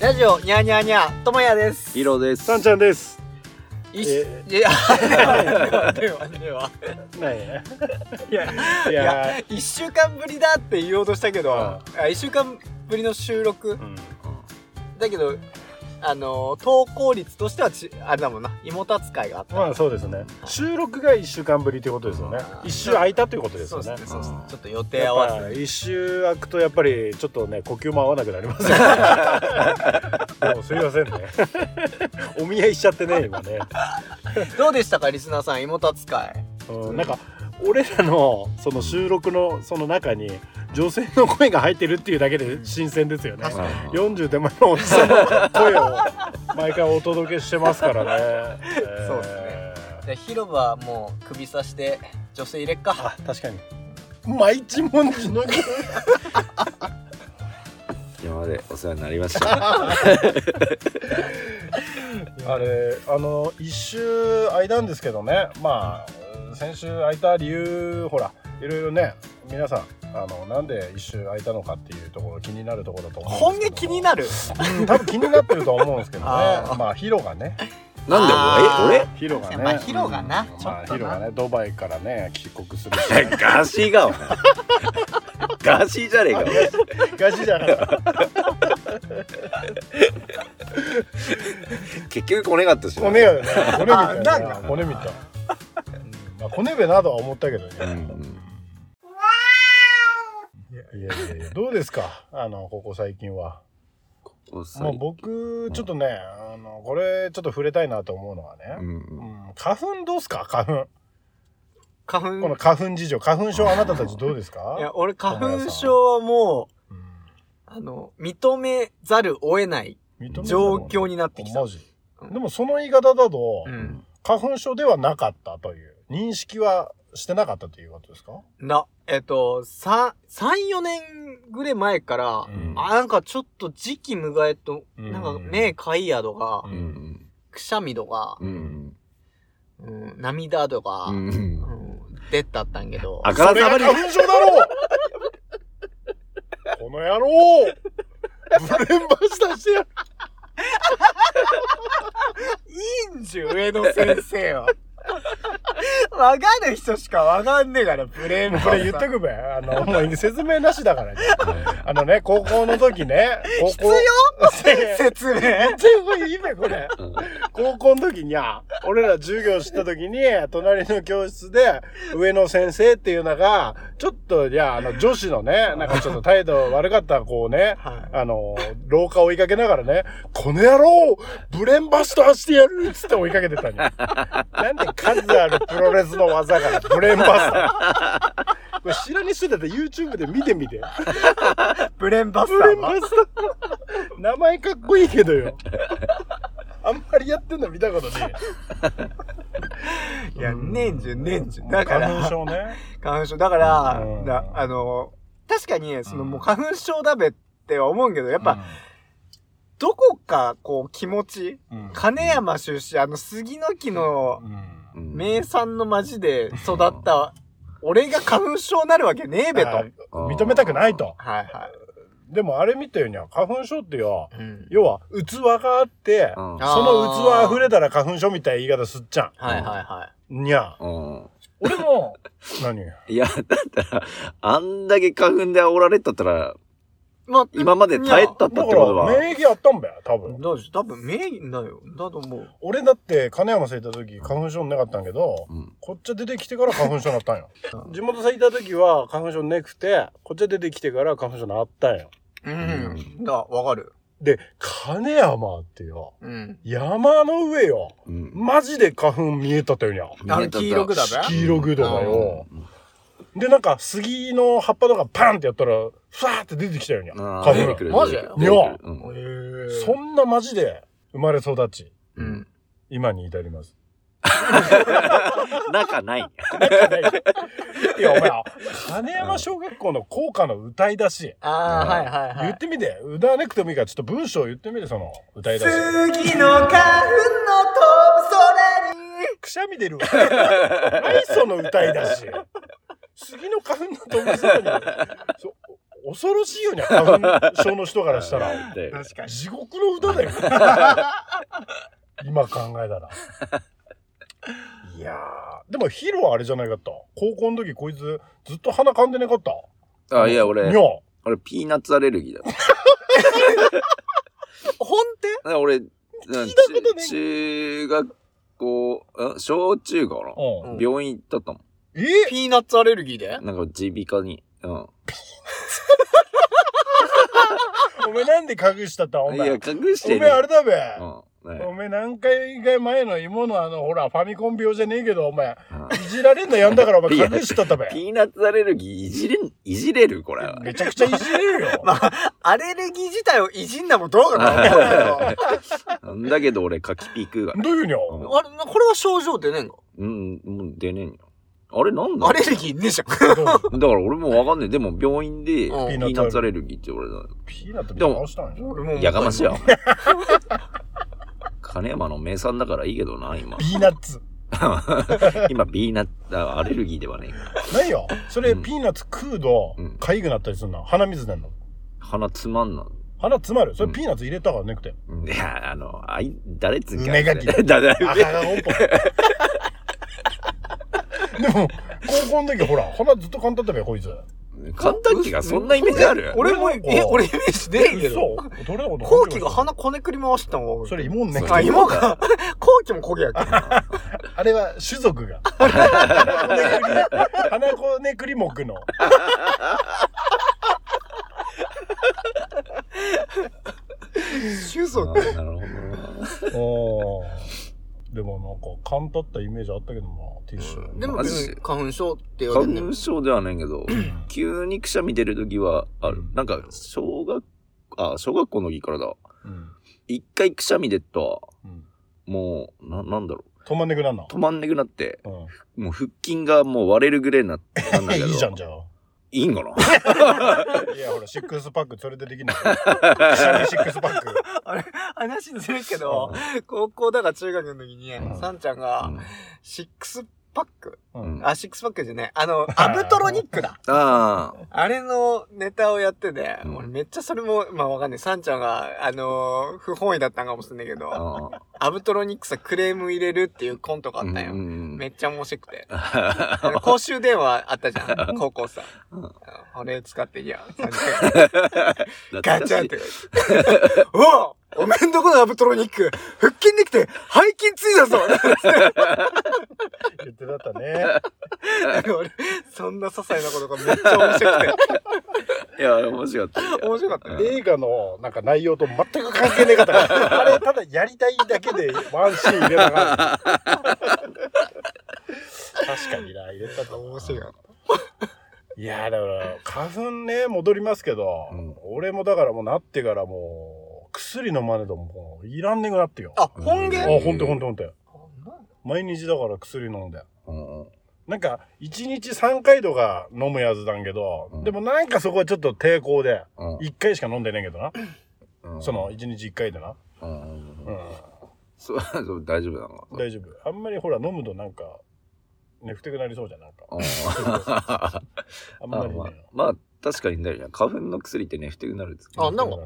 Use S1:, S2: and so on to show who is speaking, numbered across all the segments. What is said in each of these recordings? S1: ラジオにゃーにゃーにゃーともやです
S2: ヒロです。
S3: さんちゃんです。
S1: いし
S3: え
S1: いや ではでは
S3: なんや。
S1: いや
S3: い
S1: いや
S3: や、
S1: 1週間ぶりだって言おうとしたけど、
S3: うん
S1: あ1週間ぶりの収録
S3: うん、
S1: だけどあのー投稿率としてはちあれだもんな妹扱いがあった、
S3: まあそうですね。収録が一週間ぶりということですよね
S1: あ。ー
S3: 一週空いたということです
S1: そう
S3: よ
S1: ですね。そ
S3: ね
S1: うですね
S2: うん
S1: ちょっと予定
S3: や
S1: 合
S3: っ
S1: わ
S3: ぱ一周空くとやっぱりちょっとね呼吸も合わなくなり ますよねもうすいませんねお見合いしちゃってね今ね、
S1: ずどうでしたかリスナーさん妹扱い
S3: うん、なんか俺らのその収録のその中に女性の声が入ってるっていうだけで新鮮ですよね
S1: 確か
S3: 40手前のおじさんの声を毎回お届けしてますから ね、
S1: そうですねで広場はもう首さして女性入れっか
S3: あ確かに毎日もんじの
S2: 今までお世話になりました。
S3: あれあの一周空いたんですけどねまあ先週空いた理由ほらいろいろね皆さんあのなんで一周空いたのかっていうところ気になるところだと思うん
S1: 本
S3: です
S1: 気
S3: けど
S1: 気になる
S3: うん多分気になってるとは思うんですけどね
S1: あー
S3: まあヒロがね
S2: なんで
S3: ヒロがね
S1: まあヒロがな
S3: うん
S1: ちょ
S3: まあ
S1: っと
S3: ヒ
S1: な
S3: ロがねドバイからね帰国するし
S2: 俺 俺ガーシーがお前ガーシーじゃねえか
S3: ガチじゃなかった
S2: 俺結局来ねかったしな
S3: 骨やね骨みたい
S1: あ
S3: な
S1: な
S3: 骨みたいな、うんまあ、骨べなどは思ったけどね、
S2: うん
S3: いやいやいやどうですかあのここ最近は
S2: おっさん
S3: もう僕ちょっとね、あのこれちょっと触れたいなと思うのは
S2: う
S3: ね、うんん花粉どうすか花粉
S1: 花
S3: この
S1: 粉
S3: 花粉事情花粉症あなたたちどうですか
S1: いや俺花粉症はもう
S3: うん
S1: あの認めざるを得ない
S3: 認めたの
S1: 状況になってきた
S3: マジでもその言い方だと、
S1: うん
S3: 花粉症ではなかったという認識はしてなかったということですか、
S1: な、えっと、さ、3、4年ぐらい前から、
S2: ん
S1: あ、なんかちょっと時期迎えと、
S3: うん
S1: なんか目かいやとか
S3: う、
S2: うんん
S1: くしゃみとか
S2: う、ん
S1: うん、涙とか、
S2: う
S1: うん、
S2: ん
S1: 出たったんけど、
S2: あ
S3: そ
S2: から
S3: れ
S2: さ
S3: が
S2: まに
S3: 花粉症だろう この野郎ブレンバスタしてやる
S1: いいんじゅ、上野先生 は。わかる人しかわかんねえから、ブレーム
S3: これ言っとくべあのもう説明なしだからねあのね高校の時ね高校 必要
S1: 説明。
S3: 全部いいべこれ
S2: うん
S3: 高校の時にゃ俺ら授業した時に隣の教室で上野先生っていうのがちょっといやあの女子のねなんかちょっと態度悪かった子をね
S1: はい
S3: あの廊下を追いかけながらね「この野郎ブレンバスターしてやる!」っつって追いかけてたんやなんで数あるプロレスの技からブレンバスターこれ知らねえ人だって YouTube で見てみて
S1: ブレームバス
S3: ブ
S1: タ
S3: レ
S1: ー
S3: ン
S1: は
S3: バスター名前かっこいいけどよあんまりやってんの見たことね
S1: いや、ねえんじゅ、ねえんじゅ。
S3: え
S1: だから、
S3: 花粉症ね
S1: 花粉症。だから、
S3: うん
S1: だあの、確かに、その、
S3: うん
S1: もう花粉症だべっては思うけど、や
S3: や
S1: っぱ、、どこか、こう、気持ち、
S3: うんうん
S1: 金山出身、あの、杉の木の
S3: うん
S2: うん
S1: 名産の町で育った、俺が花粉症になるわけねえべと。はい
S3: あ認めたくないと
S1: は
S3: でもあれ見たようには花粉症ってよ
S1: い。うん
S3: 要は器があって
S2: うん
S1: あ
S3: その器溢れたら花粉症みたいな言い方すっちゃ
S1: はいはいは
S3: んにゃ
S2: うん
S3: 俺も 何
S2: いやだったらあんだけ花粉で煽られたったら
S1: い。まあ、
S2: 今まで耐え
S3: だ
S2: たっ
S3: か
S2: た
S3: ら
S2: ってことは
S3: 免疫あったんべ多分
S1: どうでしょう多分、名義だよ。だと思う。
S3: 俺だって金山さんいた時花粉症なかったんけど
S2: うん
S3: こっち出てきてから花粉症になったんよ
S1: うん
S3: 地元さんいた時は花粉症なくてこっち出てきてから花粉症なったんよ
S1: うん。だ、わかる。
S3: で金山ってよ
S1: うん。
S3: 山の上よ
S2: うん
S3: マジで花粉見えたとよにゃ
S1: あの黄色くだべ
S3: 黄色くとかよ
S2: うん
S3: でなんか杉の葉っぱとかパンってやったらふわーって出てきたよにゃ
S2: あ
S3: 花
S2: ー出
S3: 粉
S2: てくる
S1: マジ
S2: 出てくる
S3: にゃ
S2: うん
S1: へ
S3: そんなマジで生まれ育ち
S1: うん。
S3: 今に至ります
S2: 仲ない。
S3: いやお前金山小学校の校歌の歌い出し
S1: ああ、はいはいはい
S3: 言っ。てみて歌わなくてもいいからちょっと文章言ってみてその歌い出し
S1: 次の花粉の飛ぶ空に
S3: くしゃみ出るわ何その歌い出し杉の花粉の飛ぶ空にそう恐ろしいよね、花粉症の人から したら。
S2: で
S1: 確かに。
S3: 地獄の歌だよ。今考えたら。いやー、でもヒロはあれじゃないかった。高校の時こいつずっと鼻噛んでなかった。
S2: あ、いや、俺
S3: に、ょ
S2: 俺、ピーナッツアレルギーだった。だか
S1: 本手
S2: ら俺、うん
S3: 聞いたことない
S2: 中中学校、ん小中かな
S3: う
S1: うん
S3: ん。
S2: 病院行ったったも
S3: え
S1: ピーナッツアレルギーで
S2: ん。なんか、耳鼻科に。うん。
S3: おめえなんで隠したったお
S2: い
S3: めえ。
S2: や、隠し
S3: お
S2: て
S3: めえ
S2: ね
S3: あれだべ。
S2: うん。
S3: お
S2: ね
S3: めえ何回以外前の芋のあの、ほら、ファミコン病じゃねえけど、お前、
S2: うん
S3: いじられんのやんだから、お前隠したったべ。
S2: ピーナッツアレルギーいじれん、いじれるこれは。
S3: めちゃくちゃいじれるよ。
S1: まあ、アレルギー自体をいじんだもどうかな。あれ、
S2: なんだけど俺、柿ピー食うが。
S3: どういうふうにゃ
S2: うん
S1: これは症状出ねえんか
S2: うん、もう出ねえんよ。あれなんだ
S1: アレルギーねえじゃん。
S3: どう
S2: だから俺もわかんねえ。でも病院で、ピ
S1: うん
S2: ーナッツアレルギーって言われたの
S3: ピーナットみたいな顔したんじゃん。
S1: 俺もう
S2: やかましいわ。金山の名産だからいいけどな、今
S3: ピ。ーナッツ。
S2: 今、ピーナッツ、あアレルギーではねえから。
S3: ないよ。それ、
S2: うん
S3: ピーナッツ食うと
S2: うん、
S3: かゆくなったりするな。鼻水出んの。
S2: 鼻つまんな。
S3: 鼻詰まる。そ
S2: うん
S3: れピーナッツ入れたからねくて。
S2: いや、あの、あい、誰っつうんか。
S3: 梅垣
S2: だ、だ、だ、
S3: 赤がおっぽ。でも、高校の時ほら、鼻ずっと噛んだったべ、こいつ。
S2: 簡単機がそんなイメージある
S1: 俺も、え、俺イメージ出ねえけど。
S3: そうどれだこと
S1: 後期が鼻こねくり回してたもん。
S3: それ、芋ね。
S1: あ、芋が。後期も焦げ やけど。
S3: あれは種族が。鼻こねくり目の。
S1: 種
S2: あ
S1: 族。
S2: ーなるほどな。
S3: おーでもなんか、噛んだったイメージあったけどな、ティッシュ。
S1: でも
S2: マ
S1: 別
S2: ジ
S1: に花粉症って言われてんね
S2: 花粉症ではないけど、急にくしゃみ出るときはある
S3: う。ん
S2: なんか、小学、あ、小学校の時からだ。
S3: うん。
S2: 一回くしゃみ出っと、
S3: うん。
S2: もう、な、なんだろう。
S3: 止まんねくなんな。
S2: 止まんねくなって、
S3: うん。
S2: もう腹筋がもう割れるぐらいになってたんだけど。
S3: いいじゃん、じゃあ。
S2: いいんかない
S3: や、ほら、シックスパック、それでできない。くしゃみシックスパック。
S1: あれ、話ずれるけど、高校だか中学の時に
S3: う、ん
S1: さんちゃん
S2: う
S1: が、
S2: ん
S1: シックスパック
S3: うん。
S1: あ、シックスパックじゃねえ。 あの、アブトロニックだ。
S2: ああ。
S1: あれのネタをやってて、
S2: うん
S1: 俺めっちゃそれも、まあわかんない。サンちゃんが、あのー不本意だったんかもしれないけど、
S2: ああ
S1: アブトロニックさクレーム入れるっていうコントがあったよ。
S2: うんうん
S1: めっちゃ面白く て。あの公衆電話あったじゃん、高校さ。
S2: うん
S1: あれ使って いいや。サンち
S2: 懐
S1: ゃん
S2: かしい
S1: ガチャンって。 おうおめんどこのアブトロニック、腹筋できて背筋ついた ぞ
S3: 言ってだったね。
S1: なんか俺そんな些細なことがめっちゃ面白く
S2: いや、面白かった。
S1: て。 面白かったね。
S3: 映画のなんか内容と全く関係ねえかったから、あれただやりたいだけでワンシーン入れたから。確かにな、入れたと
S1: 面白いよ。
S3: いや、だから、花粉ね、戻りますけど、
S2: うん
S3: 俺もだからもうなってからもう、薬飲まねえともういらんねえくなってよ。あ、
S1: あ、本
S2: う
S1: 芸
S2: ん
S3: ほんとほんとほんと。毎日だから薬飲んで。
S2: うんうん
S3: なんか、1日3回とか飲むやつだんけど、
S2: うん
S3: でもなんかそこはちょっと抵抗で、
S2: うん
S3: 1回しか飲んでねえけどな。
S2: うん
S3: その、1日1回でな。
S2: うんうん
S3: う
S2: うん
S3: ん。
S2: そう、 そう大丈夫なの
S3: 大丈夫。あんまりほら、飲むとなんか、ね、ふてくなりそうじゃん、なんか。
S2: うんあ
S3: あん
S2: ま
S3: ま
S2: あ
S3: りね。
S2: まあ、確かにだよね。花粉の薬ってね、ふてくなるんですけど
S1: あなんか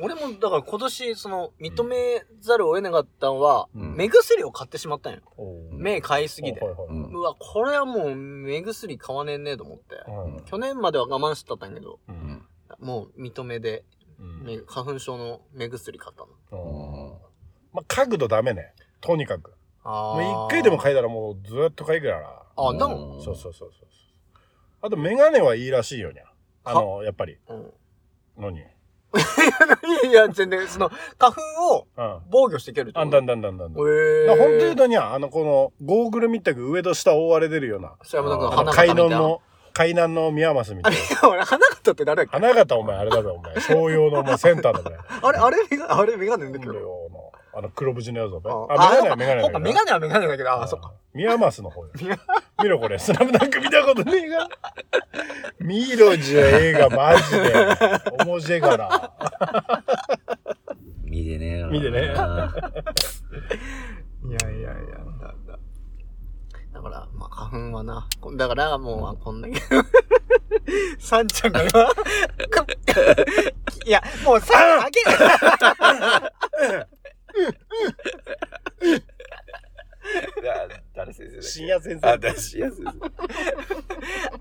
S1: 俺もだから今年その認めざるを得なかったのは、
S2: うん
S1: 目薬を買ってしまったんよ。
S3: おう
S1: 目買いすぎて
S3: は。いはいうはい
S2: ん
S1: うわ、これはもう目薬買わねえねえと思って。
S3: うん
S1: 去年までは我慢してたんだけど、
S3: うん
S1: もう認めで、
S3: うん
S1: 目花粉症の目薬買ったの。
S3: うん
S2: うん
S3: まあ、角度ダメね。とにかく。
S1: あ
S3: も
S1: ー
S3: う一回でも。嗅いだらもうずっと嗅いぐらいな。
S1: あ、でも、
S2: うん
S3: そうそうそうそう。あと、メガネはいいらしいよにゃ。あの、やっぱり。
S1: うん。
S3: 何うん。
S1: いや、全然、その、花粉を
S3: あ
S1: 防御していけるってこ
S3: ん
S1: と
S3: だ
S1: え
S3: んだんだんだんだん。
S1: ー。
S3: だから本当言うとにゃ、あの、この、ゴーグルみたく上と下覆われてるような。
S1: それもなんか
S3: あ
S1: 花
S3: の
S1: 形み
S3: 海
S1: たい
S3: 南
S1: な。
S3: の、海南の宮益み た
S1: あ
S3: い
S1: れ
S3: な。、
S1: 俺、花形って誰だっけ
S3: 花形お前あれだべお 前商用のお前センターだべ
S1: あれ、あれ、メガあれ、メガネだ
S3: 商
S1: けど。
S3: 用のあの黒縁のやつだべ
S1: あ
S3: あメガネ
S1: そ
S3: は
S1: うか
S3: メガネ
S1: そうかメガネはメ
S3: だけど
S1: ガネだけど、あ、そっか。
S3: ミヤマスの方よ見ろこれスラムダンク見たことねえが見ろじゃ映画マジで面白いから
S2: 見てねえな
S3: 見て ねえ
S1: いやいやいや、だ、だ。 だから、まあ、花粉はな。こだから、もう、こんだけ、サンちゃんが今、 くいや、もうサン、あげる。
S2: 誰先生だっけ
S3: 深夜先生。
S2: あ、だ深夜先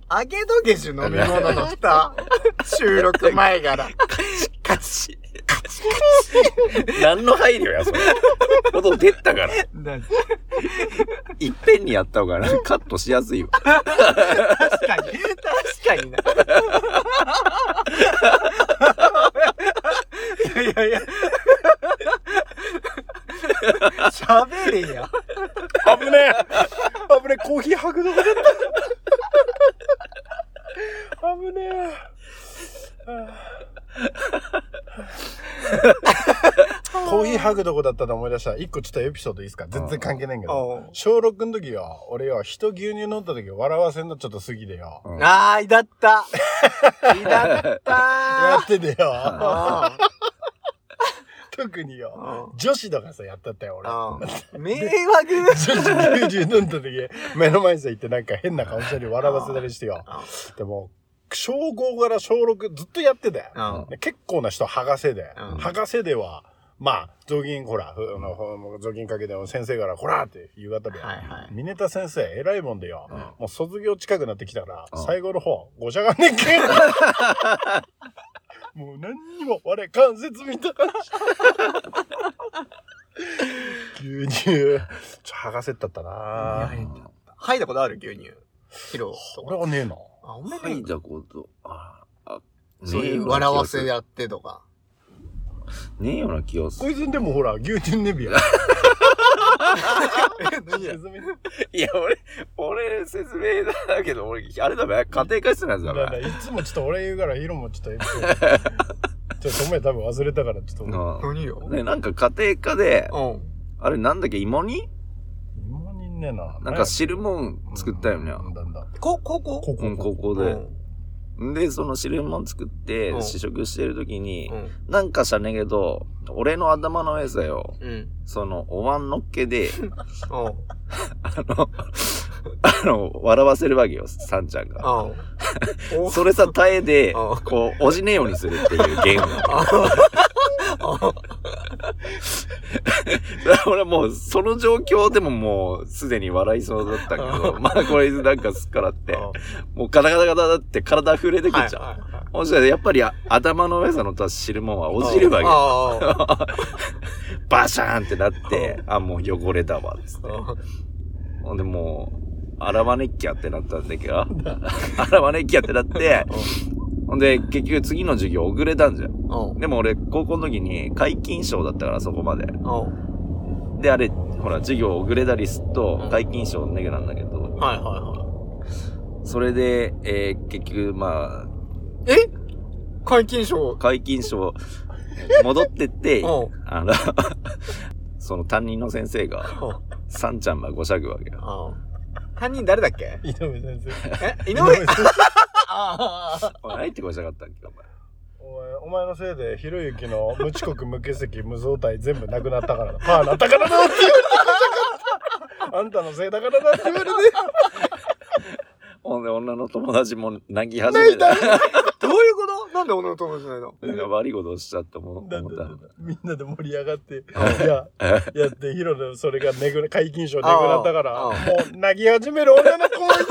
S1: あげどげしゅ飲み物の 蓋。収録前から。
S2: 生。カチカチカチ。何の配慮や、それ。音出たから。
S1: なん
S2: いっぺんにやった方がカットしやすいわ。
S1: 確かに。確かにな。いやいやいや。喋れや。
S3: 危ねえ危ねえコーヒー吐くのかと思った危ねえコーヒー吐くとこだったの思い出した。一個ちょっとエピソードいいですか全然関係ないけ
S1: おう
S3: ど。小6の時よ、俺よ、人牛乳飲んだ時笑わせんのちょっと過ぎでよ。
S1: あー、いだった。いだった
S3: やっててよ。
S1: ー。
S3: 特に
S1: う
S3: よ。
S1: んうん
S3: 女子とかさ、やったったよ、俺。
S1: 迷惑
S3: 女子牛乳飲んだ時、目の前にさ、行ってなんか変な顔したり笑わせたりしてよ。でも、小5から小6ずっとやってたよ。
S1: うん
S3: で結構な人剥がせで、
S1: うん
S3: 剥がせでは、まあ、雑巾、ほら、ふあのほ雑巾かけても先生から、ほらって言われたべ。
S1: はいはい。
S3: ミネタ先生、偉いもんでよ、
S2: うん
S3: もう卒業近くなってきたから、
S2: うん
S3: 最後の方、ごしゃがんねん けん。もう何にも、我、関節見たから。牛乳、ちょ、剥がせったったなぁ。
S1: 吐いたことある牛乳。ヒロと
S3: 俺
S1: か。
S3: はねえな。
S1: あ、おめ
S2: 書い
S1: で
S2: たこと、あ、あ、
S1: そう
S2: ねえ
S1: い
S2: よ
S1: う
S2: うな気
S1: 笑わ
S2: がす
S1: せ
S2: る。
S1: やってとか。
S2: ねえような気がす
S3: こ
S2: る。
S3: いつんでもほら、牛乳ねびや。
S1: 何や
S2: いや、俺、俺、説明だけど、俺、あれだべ、家庭科室のやつだ
S3: だから
S2: べ。
S3: いつもちょっと俺言うから、ヒロもちょっとエピソード。ちょっとお前多分忘れたから、ちょっと。
S2: な
S1: 何よ
S2: あね、なんか家庭科で、
S1: う
S2: あれなんだっけ、芋煮
S3: 今にねえな。
S2: なんか汁もん作ったよね。
S3: うんだんだん。
S1: ん。こ、高校
S3: ここ、
S2: うん、高校で。で、その汁もん作って
S1: う、ん
S2: 試食してるときに
S1: う、ん。
S2: なんかしゃねえけど、俺の頭の上さよ、
S1: うん。うん。
S2: その、お椀のっけで、
S1: うん。
S2: あの、あの、笑わせるわけよ、さんちゃんが。
S1: うん。
S2: それさ、耐えで、
S1: うん
S2: こう、おじねえようにするっていうゲーム。 俺もう、その状況でももう、すでに笑いそうだったけど、 まあこれなんかすっからって、もうガタガタガタだって体震えてくっちゃう。もしかしてやっぱりあ頭の上さのとは知るもんは落ちるわけ。
S1: わ
S2: バシャーンってなって、あ、もう汚れたわ、です
S1: け。
S2: ね。ほんでもう、洗わねっきゃってなったんだけど、洗わねっきゃってなって、ほんで結局次の授業遅れたんじゃん。
S1: うん。
S2: でも俺高校の時に解禁賞だったからそこまで。
S1: うん。
S2: で、あれ、ほら、授業遅れたりすっ
S1: う
S2: と
S1: ん
S2: 解禁賞のネなんだけど、
S1: はいはいは
S2: それで、えー結局ま
S1: い。え解禁
S2: あ、
S1: 賞。
S2: 解禁賞戻ってって
S1: う、ん。
S2: あの、 その担任の先生が、さんちゃんばごしゃぐわけよ。
S1: 担任誰だっけ
S3: 井上先生。
S1: え井
S3: 井
S1: 上
S3: 先生。
S1: ああ。
S2: お前何言ってごしゃかったんけ、お前。
S3: お前お前のせいで、ひろゆきの無遅刻、無欠席、無増体全部なくなったからだ。パーなったからだって言われてあんたのせいだからだって言われて。
S2: ほんで、女の友達も泣き始めた。
S1: どういうことなんで俺の友達じゃないの
S2: なんか悪いことをしちゃって思思っ
S3: だ
S2: た
S3: んだんだ
S2: の
S3: ん。だんみんなで盛り上がって、いや、やって、ヒロのそれがねぐら、解禁賞ねぐらったから、
S1: ああああ
S3: もう泣き始める女の子もいる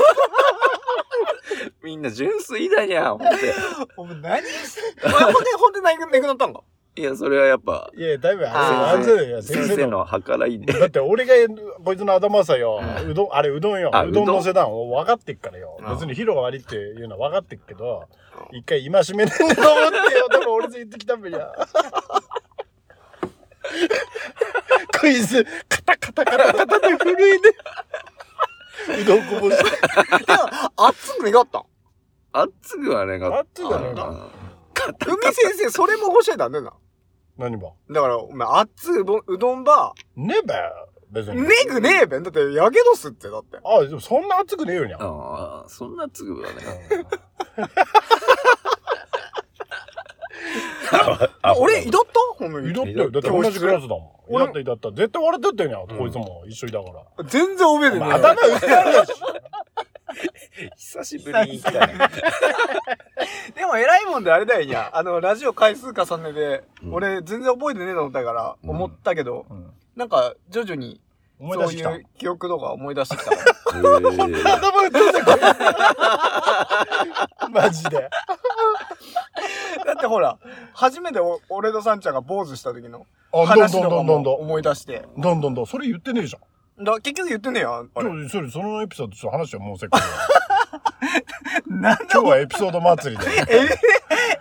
S2: みんな純粋だにゃ、ほんで。
S1: お前何してんのほんで、ほんで、なくなったんか
S2: いや、それはやっぱ、
S3: いや、だいぶ
S1: ああ
S3: 安全だよ、
S2: 先
S3: 先生
S2: 生
S3: の。
S2: の計らいで。
S3: だって俺がこいつの頭さよ、
S1: う
S3: うどん、あれうどんよ
S2: あ、
S3: うどん
S2: うどん
S3: のせたん分かってっからよ
S1: う。ん
S3: 別にヒロが悪いっていうのは分かってっけど、
S1: う
S3: 一回戒めねえんだと思ってよ、でも俺と言ってきたべりゃ。クイズ、カタカタカタカタで震えで、うどんこぼし
S1: で
S3: て。
S1: も、熱く願ったん
S2: あっつくはね、が
S3: 熱くはね
S2: あの
S1: 海先生、それもごしゃだねな。
S3: 何ば
S1: だから、お前、熱いうどんうどんば、
S3: ねえべ、別に。
S1: ねぐねえべん。だって、やけどすって、だって。
S3: あ、でもそんな熱くねえよにゃ。
S2: ああ、そんなつくはね。
S1: あ俺、いだったほんま
S3: い
S1: に
S3: だったよ。だって同じクラスだもん。い
S1: 俺
S3: だったいだった。絶対笑ってったよにゃ。こいつも一緒にだから。
S1: 全然覚えてねえ
S3: あだ名打ってやるでしょ。
S2: 久しぶりに行きたい。
S1: もんであれだよにゃ。あの、ラジオ回数重ねて、
S2: うん
S1: 俺全然覚えてねえと思ったから、
S2: うん
S1: 思ったけど、
S3: うん
S1: なんか徐々に、
S3: 思い
S1: そ
S3: 出
S1: う
S3: して
S1: い
S3: きた。
S1: う記憶とか思い出してきた から。
S2: えー
S3: 頭打ってたこれマジで。
S1: だってほら、初めてお俺とサンちゃんが坊主した時の
S3: あ、どん
S1: 話と
S3: ど
S1: か
S3: んどん
S1: も
S3: どんどん。
S1: 思い出して。
S3: どんどんどん。それ言ってねえじゃん。
S1: だから結局言ってねえよ、あれ。
S3: 今日、それ、そのエピソード、ちょっと話してよ、もうせっかくだ から。
S1: なんだ
S3: 今日はエピソード祭りで。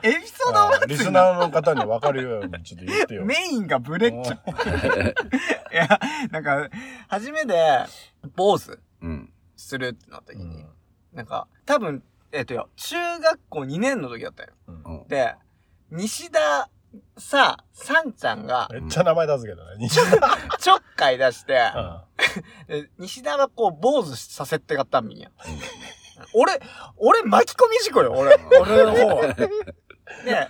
S1: エピソー
S3: あ
S1: ド
S3: ーリスナーの方に分かるようにちょっと言って よ。
S1: メインがブレっちゃう。いや、なんか、初めて、坊主
S2: うん。
S1: するってなった時
S3: う
S1: に
S3: ん、
S1: なんか、多分、えっ、とよ、中学校2年の時だったよ。
S3: うん
S1: で、西田さ、さんちゃんが
S3: めっちゃ名前出すけどね。西田。
S1: ちょっかい出して、
S3: うん
S1: で西田がこう、坊主させてかったんみんや。俺、俺巻き込み事故よ、俺。 俺の方は。で、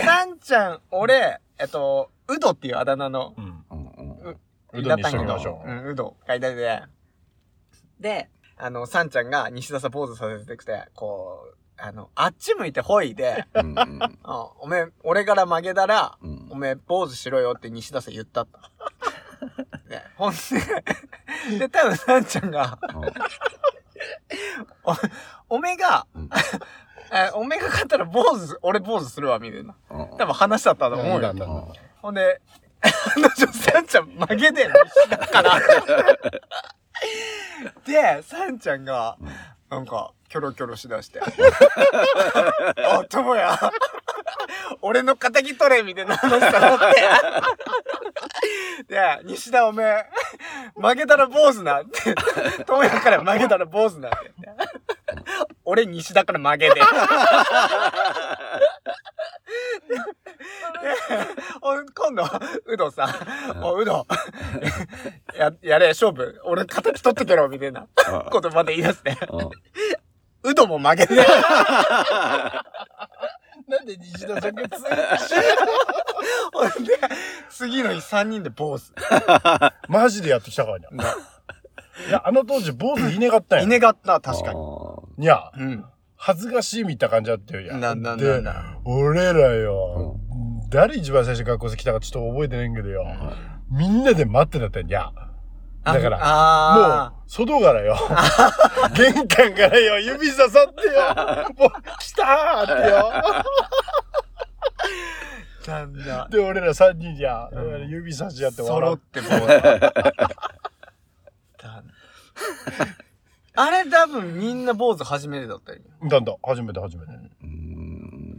S1: さんちゃん、俺、えっと、ウドっていうあだ名の、
S3: うん。
S2: うんうん
S3: うどんにしときましょ
S1: うん、うど、買いたいで。で、あの、さんちゃんが西田さんポーズさせてくて、こう、あの、あっち向いてほい で、
S2: うんうん
S1: うんおめえ、俺から曲げたら、
S2: うん
S1: おめえ、坊主しろよって西田さん言った った。ね、ほんで、で、多分さんちゃんが、おめえが、
S2: うん
S1: えおめえが勝ったら坊主、俺坊主するわ、みたいな。
S2: うん
S1: 多分話だったと
S3: う。
S1: 思うよ。
S2: うん
S1: ほんで、あの女、さんちゃん曲げてんの西田から。で、さんちゃんが、なんか、キョロキョロしだして。 お、ともや、俺の敵取れみたいな話だなって。で、西田おめえ、負けたら坊主なって。ともやから負けたら坊主なって。俺西田から負けて。でお 今度、うどさん、おうど、 や、やれ、勝負、俺敵取ってけろ、みたいな ことまで言い出して。
S2: うん
S1: うども負けて。
S3: なんで西田さんがつい
S1: ほんで、次の日3人で坊主。
S3: マジでやってきたからにゃ。 いや、あの当時、坊主いねかったんや。
S1: いねがった、確か
S2: あ
S1: に。
S2: ー
S3: にゃ。
S1: うん。
S3: 恥ずかしいみたいな感じだったよ、いや。
S1: な、な、な、
S3: で、
S1: な。
S3: 俺らよ、誰一番最初に学校来たかちょっと覚えてないんけどよ。みんなで待ってたってんや。だからも
S1: あ
S3: う、外か らよ。玄関からよ、指ささってよ。 もう、来たーってよ。
S1: あ。なん だ。
S3: で、俺ら3人じゃ、
S1: うん
S3: 指差し合って
S1: 揃
S3: 笑
S1: っ
S3: う。
S1: て坊 主。だなあれ多分みんな坊主初めてだったよ。
S3: だんだん、初めて初めて。
S2: うん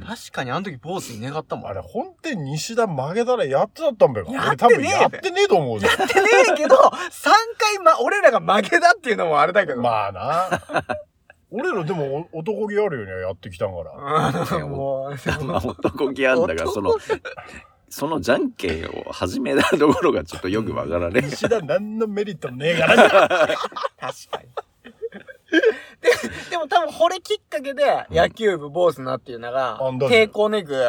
S1: 確かにあの時坊主いねがったもん。
S3: あれ、本店西田曲げたらやってだったんべか。
S1: やっ
S3: 俺
S1: て
S3: 多
S1: ねえ
S3: 分
S1: べ
S3: やってねえと思うぜ。
S1: ってねえけど、3回ま、俺らが負けだっていうのもあれだけど。
S3: まあな。俺らでもお男気あるよね、やってきたんから。
S1: うんもう、
S2: まあ男気あんだがそのそのじゃんけんを始めたところがちょっとよくわからね
S3: 西田何のメリットもねえからね。
S1: 確かに。で、でも多分、これきっかけで、野球部坊主なっていうのが
S3: うん、
S1: 抵抗ねぐ
S3: う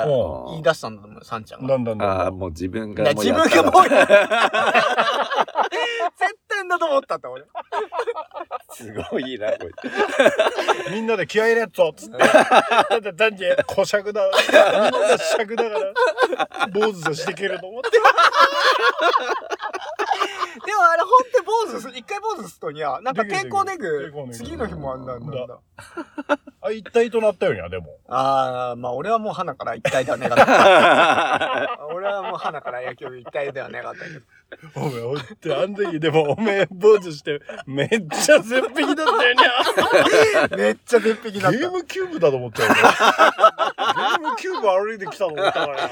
S1: 言い出したんだと思うよ、サンちゃん
S3: ん。
S1: が。
S3: だんだんだん
S2: あ
S3: だ
S2: あ
S3: ん。
S2: もう自分
S1: いや
S2: がもう
S1: 自
S2: や
S1: 分
S2: った
S1: が
S2: ら
S1: 坊主 絶対だと思ったって、俺。
S2: すごいなこれ
S3: みんなで気合い入れっぞっつって。だって単に、小尺だ。みんな尺だから。坊主としてけると思って。
S1: でもあれ、ほんと坊主す、一回坊主すとにゃ、なんか抵抗ね
S3: 抵抗ね
S1: ぐ
S3: ぐ、
S1: 次の日もあんなんだ
S3: だ。あ、一体となったよにゃ、でも。
S1: あー、まあ俺はもう花から一体では願った。俺はもう花から野球部一体では願ったけど。
S3: おめえ、ほんと、あん時、でも、おめえ、坊主して、めっちゃ絶壁だったよに
S1: めっちゃ絶壁だっ
S3: ゃ。ゲー
S1: た。
S3: ムキューブだと思ったよ。俺ゲームキューブ歩いてきたと思ったから。
S1: だ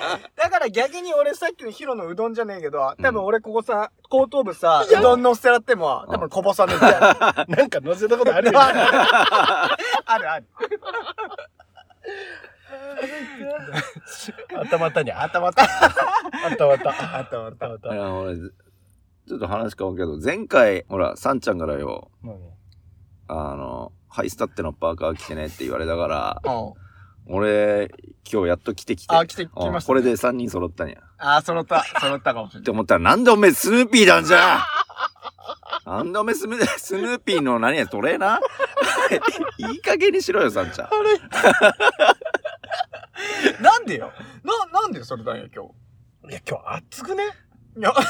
S1: から逆に俺さっきのヒロのうどんじゃねえけど、多分俺ここさ、後頭部さ、うどん乗せてらっても、多分こぼさねえんだよ。
S3: なんか乗せたことあるよね。
S1: あるある。
S3: あったまったにゃ。あ
S1: 頭た。
S3: ったま った。あ
S1: 頭
S3: っ
S1: た。
S3: たまっ
S2: あ
S3: た。
S2: の俺ちょっと話変わるけど前回ほらさんちゃんからよあのハイスタってのパーカー着てねって言われたから
S1: うん。
S2: 俺今日やっと来てきて
S1: あ、来て、来ま
S2: うん
S1: した。
S2: これ。で3人揃ったんや
S1: あ、揃った。揃ったかもしれ
S2: っ
S1: な
S2: て思ったら、なんでおめえスヌーピーなんじゃなんでおめえスヌスヌーピーの何や、トレー ナーいい加減にしろよ、さんちゃん。
S1: 食べたんや、今日。
S3: いや、今日暑くね
S1: いや、いや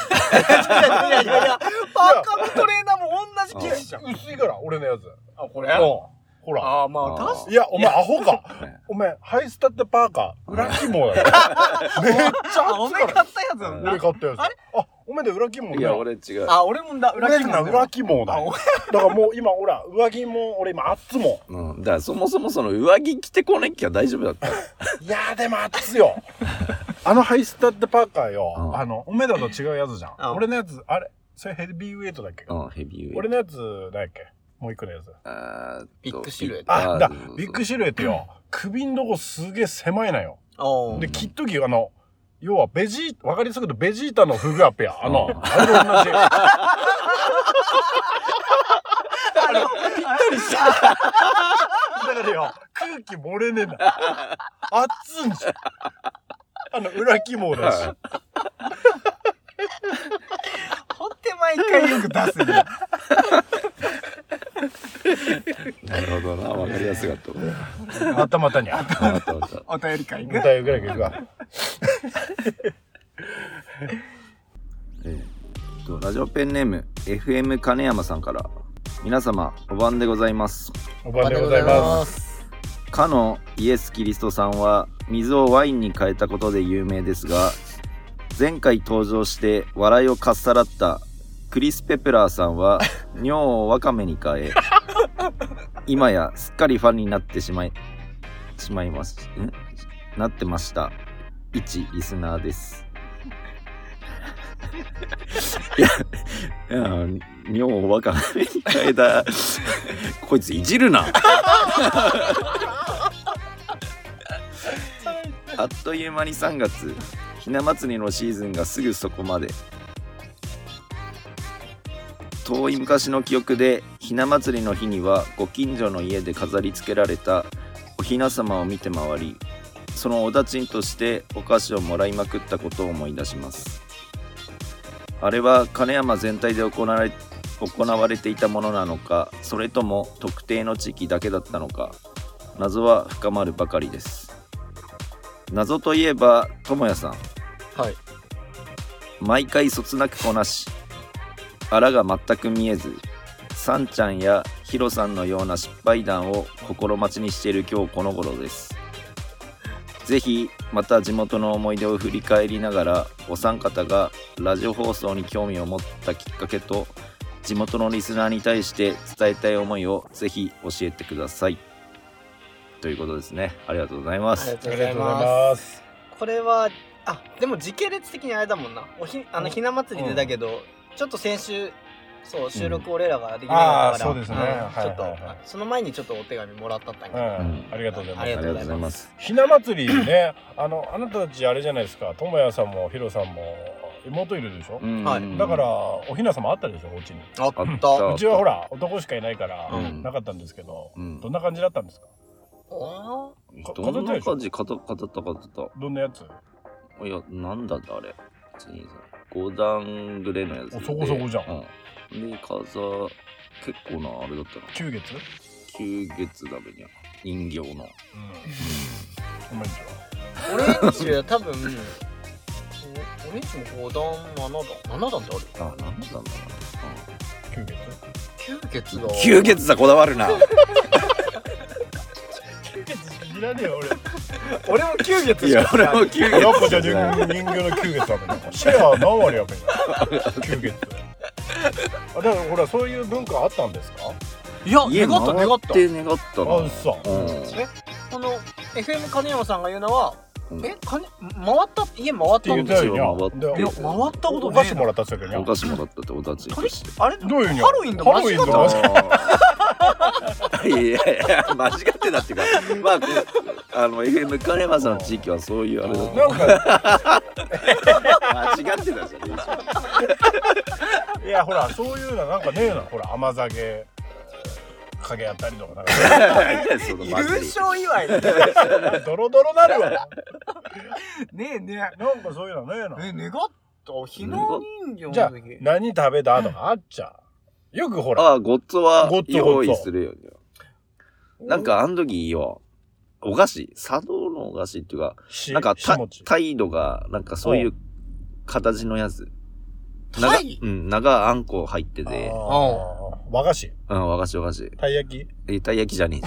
S1: いやいや、パーカーもトレーナーも同じ生地じゃん。
S3: 薄いから、俺のやつ。う
S1: あ、これ
S3: ん。ほら。
S1: ああ、まあ、確か
S3: いや、お前アホか。お前、ハイスタってパーカー、裏肝 やろ。めっち
S1: に。
S3: ゃ
S1: お
S3: 暑い
S1: 前
S3: から。
S1: 買ったやつだもん
S3: 俺
S1: な。
S3: 買ったやつ。
S1: あ
S3: あ、お前で裏肝
S2: い
S3: だ
S2: や、
S3: よ。
S2: 俺違う。
S1: あ、俺もだ、裏
S3: 裏
S1: 切
S3: 肝だ。裏肝だ
S1: あお
S3: よ。だからもう今、ほら、上着も、俺今、暑も
S2: うん。だからそもそもその上着着てこなきゃ大丈夫だった。
S3: ん。いやー、でも暑い よ。あのハイスタってパーカー
S2: う
S3: よ。
S2: ん
S3: あの、おめだと違うやつじゃ
S1: うん
S3: ん。俺のやつ、あれ、それヘビーウェイトだっけ
S2: うん、ヘビーウェイ。
S3: 俺のやつ、だっけもう一個のやつ。
S2: あーっと
S1: ビッグシルエット
S3: あ、だ
S2: そうそうそ、う
S3: ビッグシルエットよ。首んとこすげえ狭いなよ。
S1: おう
S3: で、切っとき、あの、要はベジー、わかりやすく言うとベジータのフグアップや。あの、あれと同じ。あれ、ぴったりした。だからよ、空気漏れねえんだ。熱んじゃん。あの、裏肝だし。
S1: ほんて毎回よく出すんだよ。
S2: なるほどな。わかりやすかった。
S3: 頭たにゃ。
S2: わかったわかった。
S1: お便り会行く
S3: 歌いぐらいがいくわ。
S2: えーとラジオペンネーム FM 金山さんから皆様お晩でございます
S3: おばでございます。
S1: す。
S2: かのイエス・キリストさんは水をワインに変えたことで有名ですが前回登場して笑いをかっさらったクリス・ペプラーさんは尿をわかめに変え今やすっかりファンになってしまいしまいますんなってました一リスナーですいやいや尿をわかめに変えたこいついじるなあっという間に3月ひな祭りのシーズンがすぐそこまで遠い昔の記憶でひな祭りの日にはご近所の家で飾り付けられたおひな様を見て回りそのおだちんとしてお菓子をもらいまくったことを思い出しますあれは金山全体で行われ行われていたものなのかそれとも特定の地域だけだったのか謎は深まるばかりです謎といえばともやさん
S1: はい
S2: 毎回そつなくこなしあらが全く見えずさんちゃんやひろさんのような失敗談を心待ちにしている今日この頃ですぜひまた地元の思い出を振り返りながらお三方がラジオ放送に興味を持ったきっかけと地元のリスナーに対して伝えたい思いをぜひ教えてくださいということですねありがとうございま
S1: あ
S2: す
S1: りがと
S3: あ
S1: う
S3: り
S1: ございう
S3: がとござい
S1: ま。
S3: ますす。
S1: これは、あ、でも時系列的にあれだもんな。おひ、あの、ひな祭りでだけど、ちょっと先週、そう、収録俺らができなかったから、
S3: あーそうですね
S1: ん
S3: はい
S1: ちょっと、
S3: はいはい
S1: その前にちょっとお手紙もらったったん
S3: う
S1: や。
S3: ん。ありがとうござい
S1: あ
S3: ま
S1: り
S3: す
S2: あ。りがとうございます
S3: ひな祭りね、あの、あなたたちあれじゃないですか、ともやさんもひろさんも妹いるでしょ、
S2: うん
S1: はい
S3: だから、おひな様あったでしょ、お家に。
S1: あっ。
S2: あったた
S3: うちはほら、男しかいないから、
S2: うん
S3: なかったんですけど、
S2: うん
S3: どんな感じだったんですか
S1: おー
S3: か
S2: どんな感じ語った語った語っ
S3: どんなやつ
S2: たいやなんだってあれ5段ぐらいのやつで
S3: おそこそこじゃん
S2: うん、で風結構なあれだったな
S3: 九月
S2: 九月だべにゃ人形の
S3: うん。おめんじ
S1: 俺んちは多分、お俺んちも5段、7段、7段ってある
S2: あなんだろうな
S3: ゃ九月
S1: 吸血だ。
S2: 九月だこだわるな
S3: 九月知らねえよ、俺。
S1: 俺も吸血
S2: い
S1: しか
S2: や
S1: 知
S2: 俺
S1: らん
S2: も九月
S3: やっぱじゃあ人人形の九月だもんね。シェア何割やっぱり。九月。あ、だからほら、そういう文化あったんですか
S1: いや、
S2: 家
S1: 願った願った。
S2: 回って願ったな
S3: あ、嘘。
S2: う
S1: え、この FM 金山さんが言うのは、
S2: うん
S1: え、金、回った、家回った
S3: 言
S1: ん
S3: っ
S1: で
S3: てた
S1: す
S3: よ
S1: よ。
S2: ん
S3: い
S1: いや、
S3: や
S1: 回ったこ
S3: お
S1: と
S3: 菓
S1: ね
S3: 子
S1: え
S3: もら
S1: な。
S3: ったっすよ、ね
S2: お菓子もらったっておだちに
S1: 鳥
S2: して
S1: あれ
S3: どういうふうに
S1: ハロウィンの間違っ
S3: ハロウィンの
S1: た
S3: 間違
S2: あー いやいやいや間違ってたっていうかまあこうあの FM 金山さんの地域はそういうあれ
S3: な
S2: だ
S3: んか、
S2: 間違ってたじゃん
S3: いや、ほら、そういうのなんかねえな、ほら、甘酒。影やったりとか、なんか、
S2: いやその
S1: 優
S2: 祭り
S1: 勝祝い
S3: ドロドロなるわ。
S1: ねえね
S3: なんか、そういうのねえ
S1: え。
S3: な。
S1: 願った。ひな人形
S3: じゃ
S1: の
S3: あ
S1: 時、。
S3: 何食べたとかあっちゃう。よくほら、
S2: ああごっつは
S3: ごっつごっつ
S2: 用意するよねなんかあの時よお菓子茶道ののおかしいっていうか、
S3: し
S2: なんか
S3: し
S2: た
S3: もち
S2: 態度が、なんかそういう形のやつ。長
S1: タイ
S2: うん、長あんこ入って
S3: あ
S2: て、
S3: ー和菓子
S2: うん、和菓子和菓子。
S3: たい焼き
S2: え、たい焼きじゃね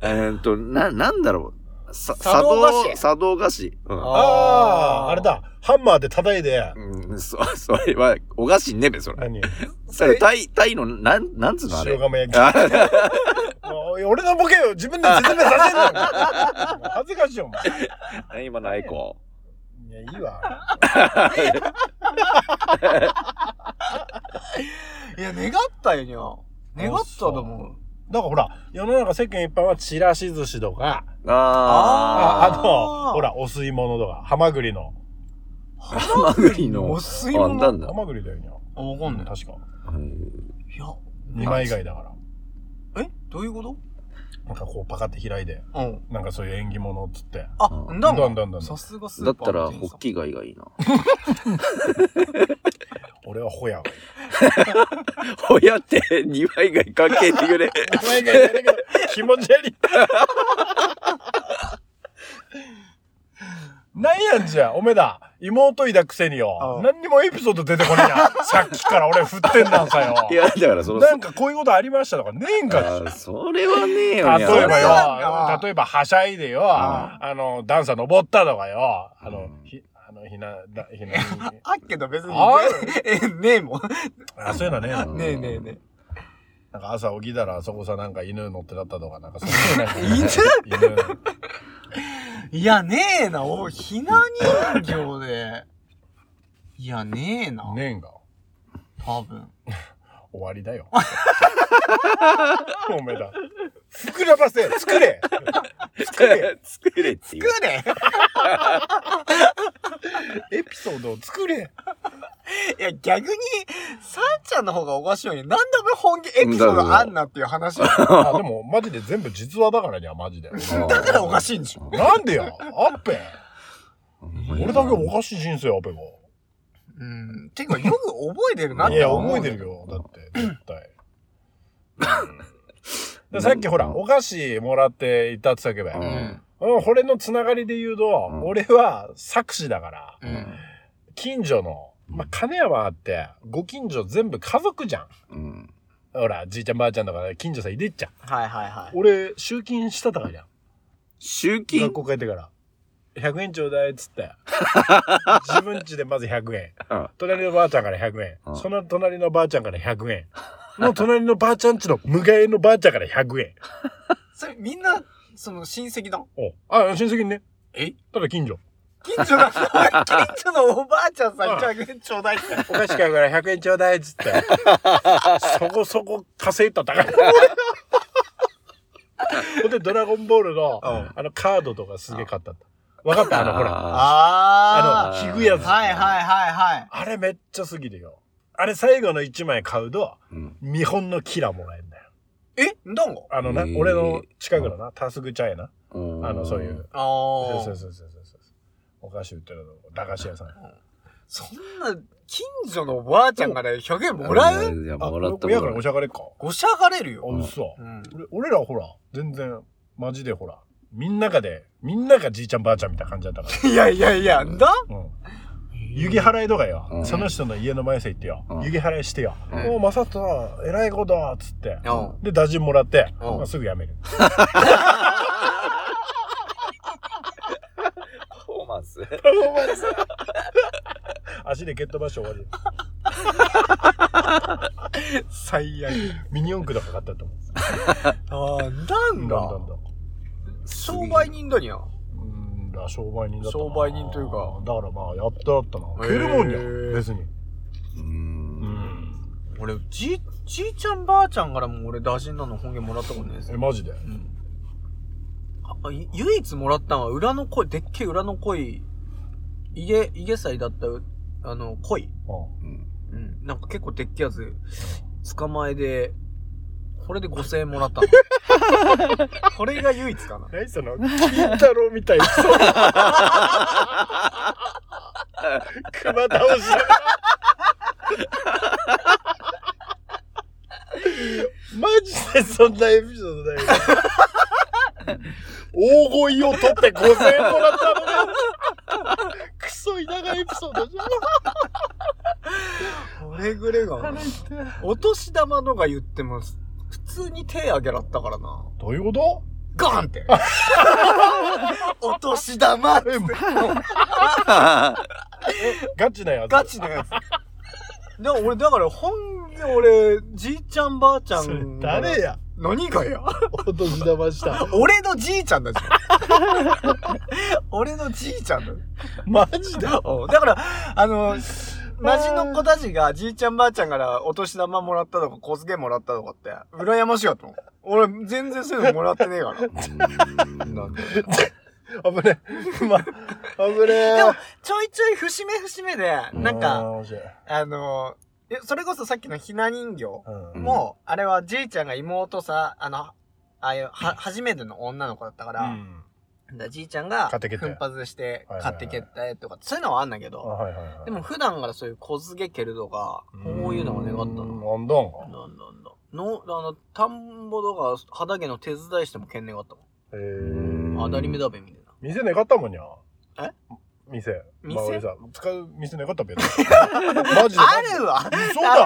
S2: え。えーっと、な、なんだろう。さ
S1: 茶道菓子
S2: 茶道菓子。うん。
S1: あ
S3: あ
S1: ー
S3: あーあれだハンマーで叩いて
S2: うん、そ、 それは、お菓子ねべ、それ。
S3: 何
S2: それ、タイ、タイの、なん、なんつうのあ
S3: 白
S2: れ。
S3: 釜焼き
S2: あ
S3: おい俺のボケを自分で説明させんなもう恥ずかしいよお前
S2: 今のアイコ
S3: いやいいわ
S1: いや、願ったよにゃ。願ったと思
S3: だからほら世の中世間一般はちらし寿司とか
S2: ン。あ
S3: あ
S2: ー。
S3: あ
S1: ー
S3: とほらお吸い物とかハマグリの
S1: う。
S2: ハマグリの
S1: お吸い
S2: あ、な
S1: 物。
S2: んだ
S3: ハ。マグリだよにゃ
S1: あ、わかんない。
S3: 確か
S1: いや、
S3: 二枚貝だから
S1: えどういうこと
S3: なんかこうパカって開いて
S1: うん。
S3: なんかそういう縁起物っつって
S1: あ、
S2: うん
S1: ん
S3: ど
S1: だ
S3: んど
S1: も
S3: ん
S1: ん。
S3: どんどん
S1: さすがス
S2: だ
S1: ー
S2: っ
S1: パー
S2: たら、
S1: の店
S2: ホ
S1: 員さ
S2: ッ
S1: ん。
S2: キ貝がいいな。
S3: 俺は ホヤがいい
S2: ほやって、2倍貝関係てくれ。
S3: お前が言ってるけど、気持ち悪い。なんやんじゃ、おめだ。妹いだくせによ
S1: う。ん
S3: 何にもエピソード出てこねえな。さっきから俺振ってんなんさよ。
S2: いや、だから、その、
S3: なんかこういうことありましたとかねえんか
S2: あーそれはねえよ、
S3: 例
S2: ね、
S3: え
S1: それ
S3: ば
S1: はなん
S3: よ
S1: か、
S3: 例えばはしゃいでよ、あの、段差登ったとかよ、あ
S2: う
S3: の
S2: ん、
S3: ひ、あの、ひな、だひな、
S1: あっけど別に
S3: あ。
S1: え、ねえもん。
S3: あ、そういうのねえ な。
S2: うん
S1: ねえねえね
S3: なんか朝起きたらあそこさ、なんか犬乗ってなったとか、なんかそういうのね犬
S1: え。いや、ねえな。お、ひな人形で。いや、ねえな。
S3: ねえんか。
S1: 多分。
S3: 終わりだよ。 おめえだ。膨らませ作れ
S2: 作れ。作れっていう。
S1: 作れ
S3: エピソードを作れ
S1: いや、逆に、さんちゃんの方がおかしいよね。なんで俺本気エピソードあんなっていう話。だ
S3: あ、でも、マジで全部実話だからには、マジで。
S1: からおかしいんでしょ。
S3: なんでやアッペ俺だけお
S2: か
S3: かしい人生、アッペが。
S1: うん。てか、よく覚えてるなっ
S3: い
S1: て。
S3: や、覚えてる。よ。だって、絶対。でさっきほら、お菓子もらっていたって言ったけ
S2: う
S3: ど、
S2: ん。
S3: うん、これのつながりで言うと、
S2: ん
S3: 俺は作詞だから、
S1: うん。
S3: 近所の、まあ、金山って、ご近所全部家族じゃん。
S2: うん。
S3: ほら、じいちゃんばあちゃんとか近所さ、いでっちゃん。
S1: はいはいはい。
S3: 俺、集金したたかじゃん。
S2: 集金
S3: 学校帰ってから。100円ちょうだいっつって。自分家でまず100円
S2: うん。
S3: 隣のばあちゃんから100円
S2: う。ん
S3: その隣のばあちゃんから100円。の隣のばあちゃんちの向かいのばあちゃんから100円。
S1: それ、みんな、その、親戚だ。
S3: おあ、親戚にね。
S1: え
S3: ただ近所。
S1: 近所 の、近所のおばあちゃんさん、100円ちょうだいって。
S3: お菓子買うから100円ちょうだいっつ って。そこそこ稼いだったから。ほんで、ドラゴンボールの、
S1: うん
S3: あの、カードとかすげえ買ったんだ。わかったあの、ほら。
S2: ら。
S1: あ
S3: あ
S2: ー
S3: の、ひぐや
S1: ー。
S3: つ。
S1: はいはいはいはい。
S3: あれめっちゃ好きでよ。あれ最後の1枚買うと、
S2: うん
S3: 見本のキラもらえんだよ。
S1: えどんご
S3: あのな
S2: へ、ー
S3: 俺の近くのな、タスグチャイな。あの、そうい。
S2: ん
S3: う。
S1: あ
S3: そうそ
S1: ー
S3: う。そうそうそう。お菓子売ってるの、駄菓子屋さん。
S1: そんな、近所のおばあちゃんから100円もらう
S2: いや、
S3: あ、
S2: もらった
S3: 親からおしゃがれっか。
S1: ごしゃがれる
S3: あ、
S1: よ。
S3: 嘘
S1: う。ん。
S3: 俺俺らほら、全然、マジでほら、みんながで、みんながじいちゃんばあちゃんみたいな感じだったか
S1: いやいやいや、だ
S3: ら。うん。湯気払いとかよ、
S2: うん
S3: その人の家の前さ行ってよ、
S2: うん
S3: 湯気払いしてよ、
S2: うん
S3: おお、まさとさん、偉いことだっつって、
S1: うん
S3: で、打順もらって、
S1: うん
S3: まあすぐ辞 める。
S2: パフォーマンス。
S3: 足で蹴っ飛ばして終わり。
S1: 最悪。
S3: ミニ四駆とか買ったと思う。
S1: ああ、なん
S3: だんだ
S1: だ
S3: ん。だん。
S1: 商売人だにゃ。
S3: うんだ、商売人だったな。
S1: 商売人というか
S3: だからまあ、やったったな。
S1: へー
S3: 蹴るもんじゃん、別に。
S2: う。
S3: うんん。
S1: 俺、じ、じいちゃんばあちゃんからも俺、打診なの本源もらったことないです
S3: え、
S1: よ。
S3: マジで。
S1: うん。あ、い唯一もらったのは、裏の恋、でっけえ裏の恋、いげ、いげ祭だった、あの、恋。
S3: う
S1: うん。なんか結構でっけえやつ、捕まえで、これで5000円もらった の。これが唯一かな。
S3: ん。え、その、金太郎みたいな。熊倒し。マジでそんなエピソードだよ。大声を取って5000円もらったのが、クソ田舎エピソードじ
S1: これぐらいが、
S3: ゃん。
S1: お年玉のが言っても、普通に手あげらったからな。
S3: どういうこと
S1: ガーン って。お年玉
S3: え、もうガチなやつ。
S1: ガチなやつ。でも俺、だから本業俺、じいちゃんばあちゃ
S3: それ
S1: ん。
S3: 誰や
S1: 何がや
S3: お年 玉した。
S1: 俺のじいちゃ んだし。俺のじいちゃんだよ
S3: マジだ。
S1: うんだから、あの、マジの子たちが、じいちゃんばあちゃんからお年玉もらったとか、小遣いもらったとかって、羨ましいわと思う。俺、全然そういうのもらってねえから。なんで
S3: 危ね え。ま、危ねえ
S1: で。も、ちょいちょい節目節目で、なん
S3: う
S1: か、
S3: ん、面白い
S1: あの、えそれこそさっきのひな人形
S3: うん
S1: も、あれはじいちゃんが妹さ、あの、ああいう、は、初めての女の子だったから、
S3: うん
S1: だじいちゃんが
S3: 買ってきて
S1: 奮発して
S3: はいはいはい
S1: 買ってけたりとか、そういうのはあんだけ
S3: あ
S1: ど、
S3: はいはいはい
S1: でも普段からそういう小付け蹴るとか、こういうのが願ったの。
S3: うんなんだんか
S1: なんだなんだ。の、あの、田んぼとか畑の手伝いしても懸念があったも
S3: へ
S2: う
S1: ん。
S3: え。
S2: ん
S1: 当たり目だべみたいな。
S3: 店願ったもんにゃ。
S1: え
S3: 店。
S1: 店
S3: まあ俺さ、使う店願ったべ。 マジで。
S1: あるわタモ
S3: 嘘
S1: さん
S3: だ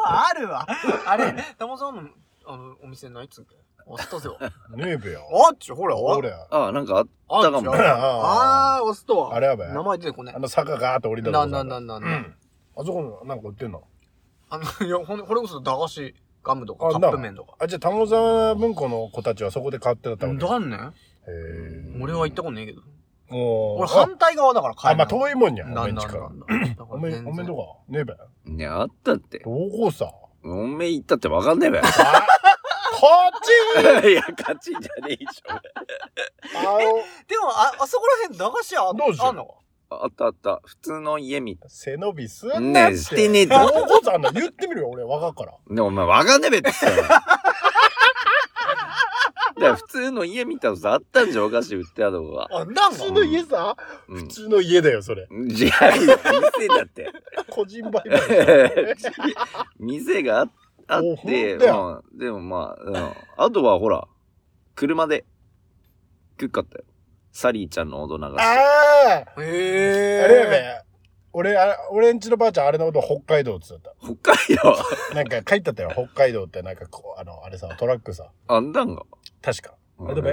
S1: はあるわあれ、タモさんの、あの、お店ないっつうんけ押すとせよ。
S3: ねえべよ。
S1: あっち、ほら、あ
S3: ほ
S1: っち
S3: ら。
S2: あ、なんかあっ
S1: あ
S2: たかも
S1: っちあー、押すとは。
S3: あれやべ
S1: 名前出てこない
S3: あ。の坂ガーッと降りたとこ
S1: な
S3: さ
S1: んなんなんなんなん。
S3: あそこなんか売ってんの
S1: あの、いや、ほんこれこそ駄菓子、ガムとか
S3: あ
S1: カップ麺とか。
S3: あ、じゃあ、玉沢文庫の子たちはそこで買ってたわけ
S1: だんねん
S3: へえ。
S1: 俺は行ったことねえけど。
S3: もう。
S1: 俺反対側だから帰
S3: あ、
S1: るの。
S3: まあ遠いもんにゃ、お
S1: な
S3: め
S1: ん
S3: ん
S1: だ
S3: ち
S1: なんだ
S3: か
S1: な
S3: ら。
S1: んだ。
S3: おめん、おめんと
S1: か
S3: か。ねえべ。
S2: ね、あったって。
S3: どこさ。
S2: おめえ行ったってわかんねえべ。
S3: あ、こっち
S2: いや、勝ちじゃねえでしょ。
S3: あの、
S1: ら。でも、あ、あそこら辺駄菓子あ
S3: どうしよう
S1: あんのか
S2: あったあった。普通の家み
S3: 背伸びすんなっ
S2: ね
S3: て。
S2: え、してねえ
S3: ど
S2: だろ。
S3: こさんだ。言ってみるよ、俺、若から。
S2: ねお前、わかんねえべって 言ったよ。だから普通の家見たらさ、あったんじゃん、お菓子売ってあるのが。
S1: あ、なん
S3: 普
S1: か
S3: 通の家さ、
S2: う
S3: 普
S2: ん。
S3: 通の家だよ、それ。
S2: じゃあ、店だって。
S3: 個人売 買でしょ。
S2: 店がああっ
S3: おほん
S2: て、
S3: とや
S2: うんでもまあ、うんあとはほら、車で、食っかったよ。サリーちゃんの大人
S3: あ
S2: が。
S3: あ
S1: へ
S3: あ
S1: え。
S3: れやべ。俺、あれ俺んちのばあちゃん、あれのこと北海道って言って
S2: 北海道、
S3: た。なんか書いてあったよ、北海道って、なんかこう、あの、あれさ、トラックさ。
S2: あんだんが。
S3: 確か。あれだ
S2: うん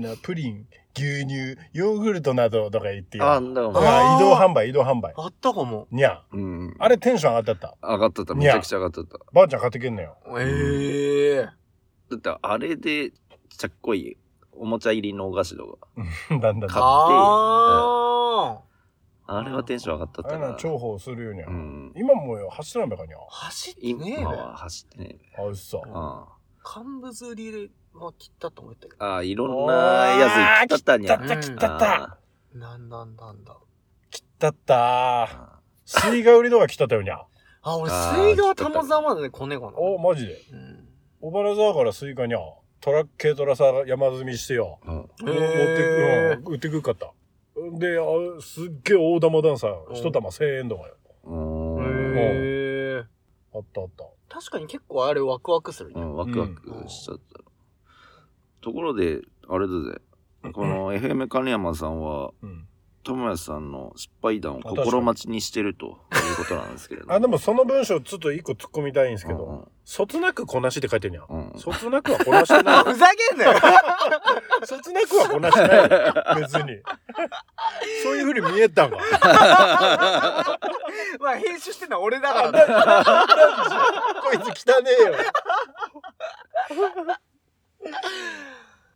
S3: べ。あの、プリン、牛乳、ヨーグルトなどとか言ってよ
S2: あんだん
S3: だか
S2: が。
S3: ら移動販売、移動販売。
S1: あったかも。
S3: にゃ。
S2: うん。
S3: あれテンション上がってた。
S2: 上がってた、めちゃくちゃ上がってた。
S3: ばあちゃん買ってけんのよ。
S1: へえ。
S2: だってあれで、ちゃっこい、おもちゃ入りのお菓子とか。
S3: だんだんだん。
S2: 買
S3: あ
S1: あー。
S2: あれはテンション上がったった
S3: れな
S2: な。
S3: 重宝するよにゃ
S2: う。ん。
S3: 今もよ、走らんべかにゃ。
S1: 走ってねえべ
S2: 今。は走ってねえべ。
S3: あ、うっそ。
S2: うん。
S1: ん
S2: あ
S1: 乾物売りで、まあ、切ったと思ったけ
S2: あ、いろんなやつ行ったったに
S3: だ
S2: ゃ。
S3: った、きたった。
S1: ど。なんだんだんだ。
S3: きたった。
S2: あ
S3: 水が売りとか来たったよにゃ。
S1: あ、俺、
S2: あー
S1: 水道玉沢までね、来ねえかな。
S3: お、マジで。
S1: うん。
S3: 小原沢からスイカにゃ、トラック軽トラさ、山積みしてよ。
S2: あ。うん。
S3: 持っ
S1: へ
S3: てく、うん、売ってくっかった。で、あすっげえ大玉だんさ、
S1: ん
S3: 一玉千円とかよ。
S2: うーん
S1: へえ。
S3: あったあった。
S1: 確かに結構あれワクワクする
S2: う
S1: ね。
S2: ん、ワクワクしちゃった。ところで、あれだぜ。この FM 金山さんは、
S3: うん。
S2: 友也さんの失敗談を心待ちにしてるということなんですけれども。
S3: あ、でもその文章ちょっと一個突っ込みたいんですけど、そつなくこなしって書いてんにゃ。
S2: うん、うん。うん
S3: そつなくはこなして ない。
S1: ふざけんなよ
S3: そつなくはこなしてない。別 に。そういうふうに見えたんか。
S1: まあ、編集してんのは俺だからね。
S3: こいつ汚ねえよ。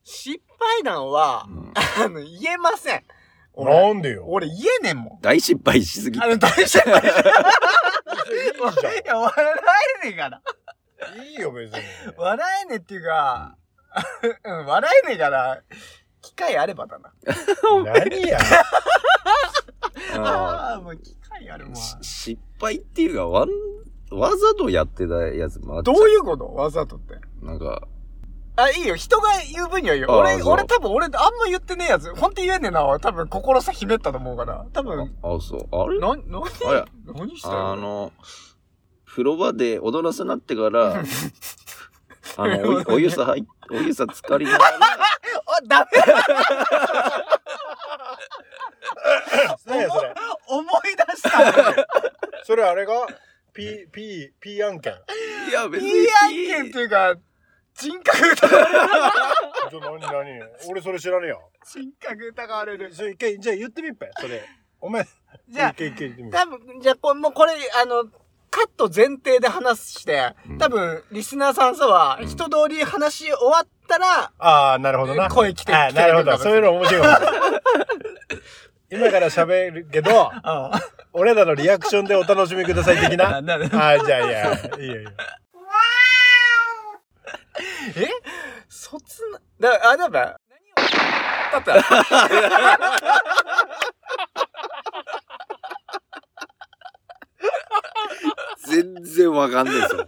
S1: 失敗談は、
S2: うん
S1: あの、言えません。俺、
S3: なんでよ。
S1: 俺言えねんもん。
S2: 大失敗しすぎ
S1: あの、大失敗しいや、笑えねえから。
S3: いいよ、別に。
S1: 笑えねえっていうか、 うん、笑えねえから、機会あればだな。
S3: 何や。
S1: ああ、もう機会ある
S2: う
S1: もん。
S2: んし失敗っていうか、わん、わざとやってたやつもあっちゃ
S1: どういうことわざとって。
S2: なんか、
S1: あ、いいよ。人が言う分にはいいよ。
S2: あー
S1: 俺、
S2: そう
S1: 俺多分、俺、あんま言ってねえやつ。ほんと言えねえな。俺多分、心さひめったと思うから。多分、
S2: あ、そう、あれ
S1: な、な、
S2: あれ
S1: 何したよ
S2: あの、風呂場で踊らせなってから、あの、お湯お湯さ入っ、お湯さ浸かりながら、
S1: あ、はダメ
S3: 何やそれ。
S1: 思い出したの
S3: それあれが ?P、P、P 案件。
S2: いや、 別
S1: い
S2: に。
S1: い案件っていうか、人格疑われる。
S3: ちょ、何、何俺それ知らねえよ。
S1: 人格疑われる。
S3: それ一回、じゃあ言ってみっぺ。それ。お前、
S1: じゃ
S3: 一回一回言ってみ
S1: あ、多分、じゃあこれ、もうこれ、あの、カット前提で話して、多分、リスナーさんさは、
S2: うん
S1: 一通り話終わったら、
S3: ああ、なるほどな。
S1: 声来て来
S3: ああ、
S1: てく
S3: な
S1: れ
S3: る
S1: る
S3: ほ
S1: か
S3: ど。
S1: も
S3: そういうの面白いかもしれない。今から喋るけど、
S1: あ
S3: 俺らのリアクションでお楽しみください的な。
S1: あ、なる
S3: ああ、じゃあ、いや、いいよいいよ。
S1: え卒な、だから、あ、だから、何を、だったら、
S2: 全然わかんないですよ。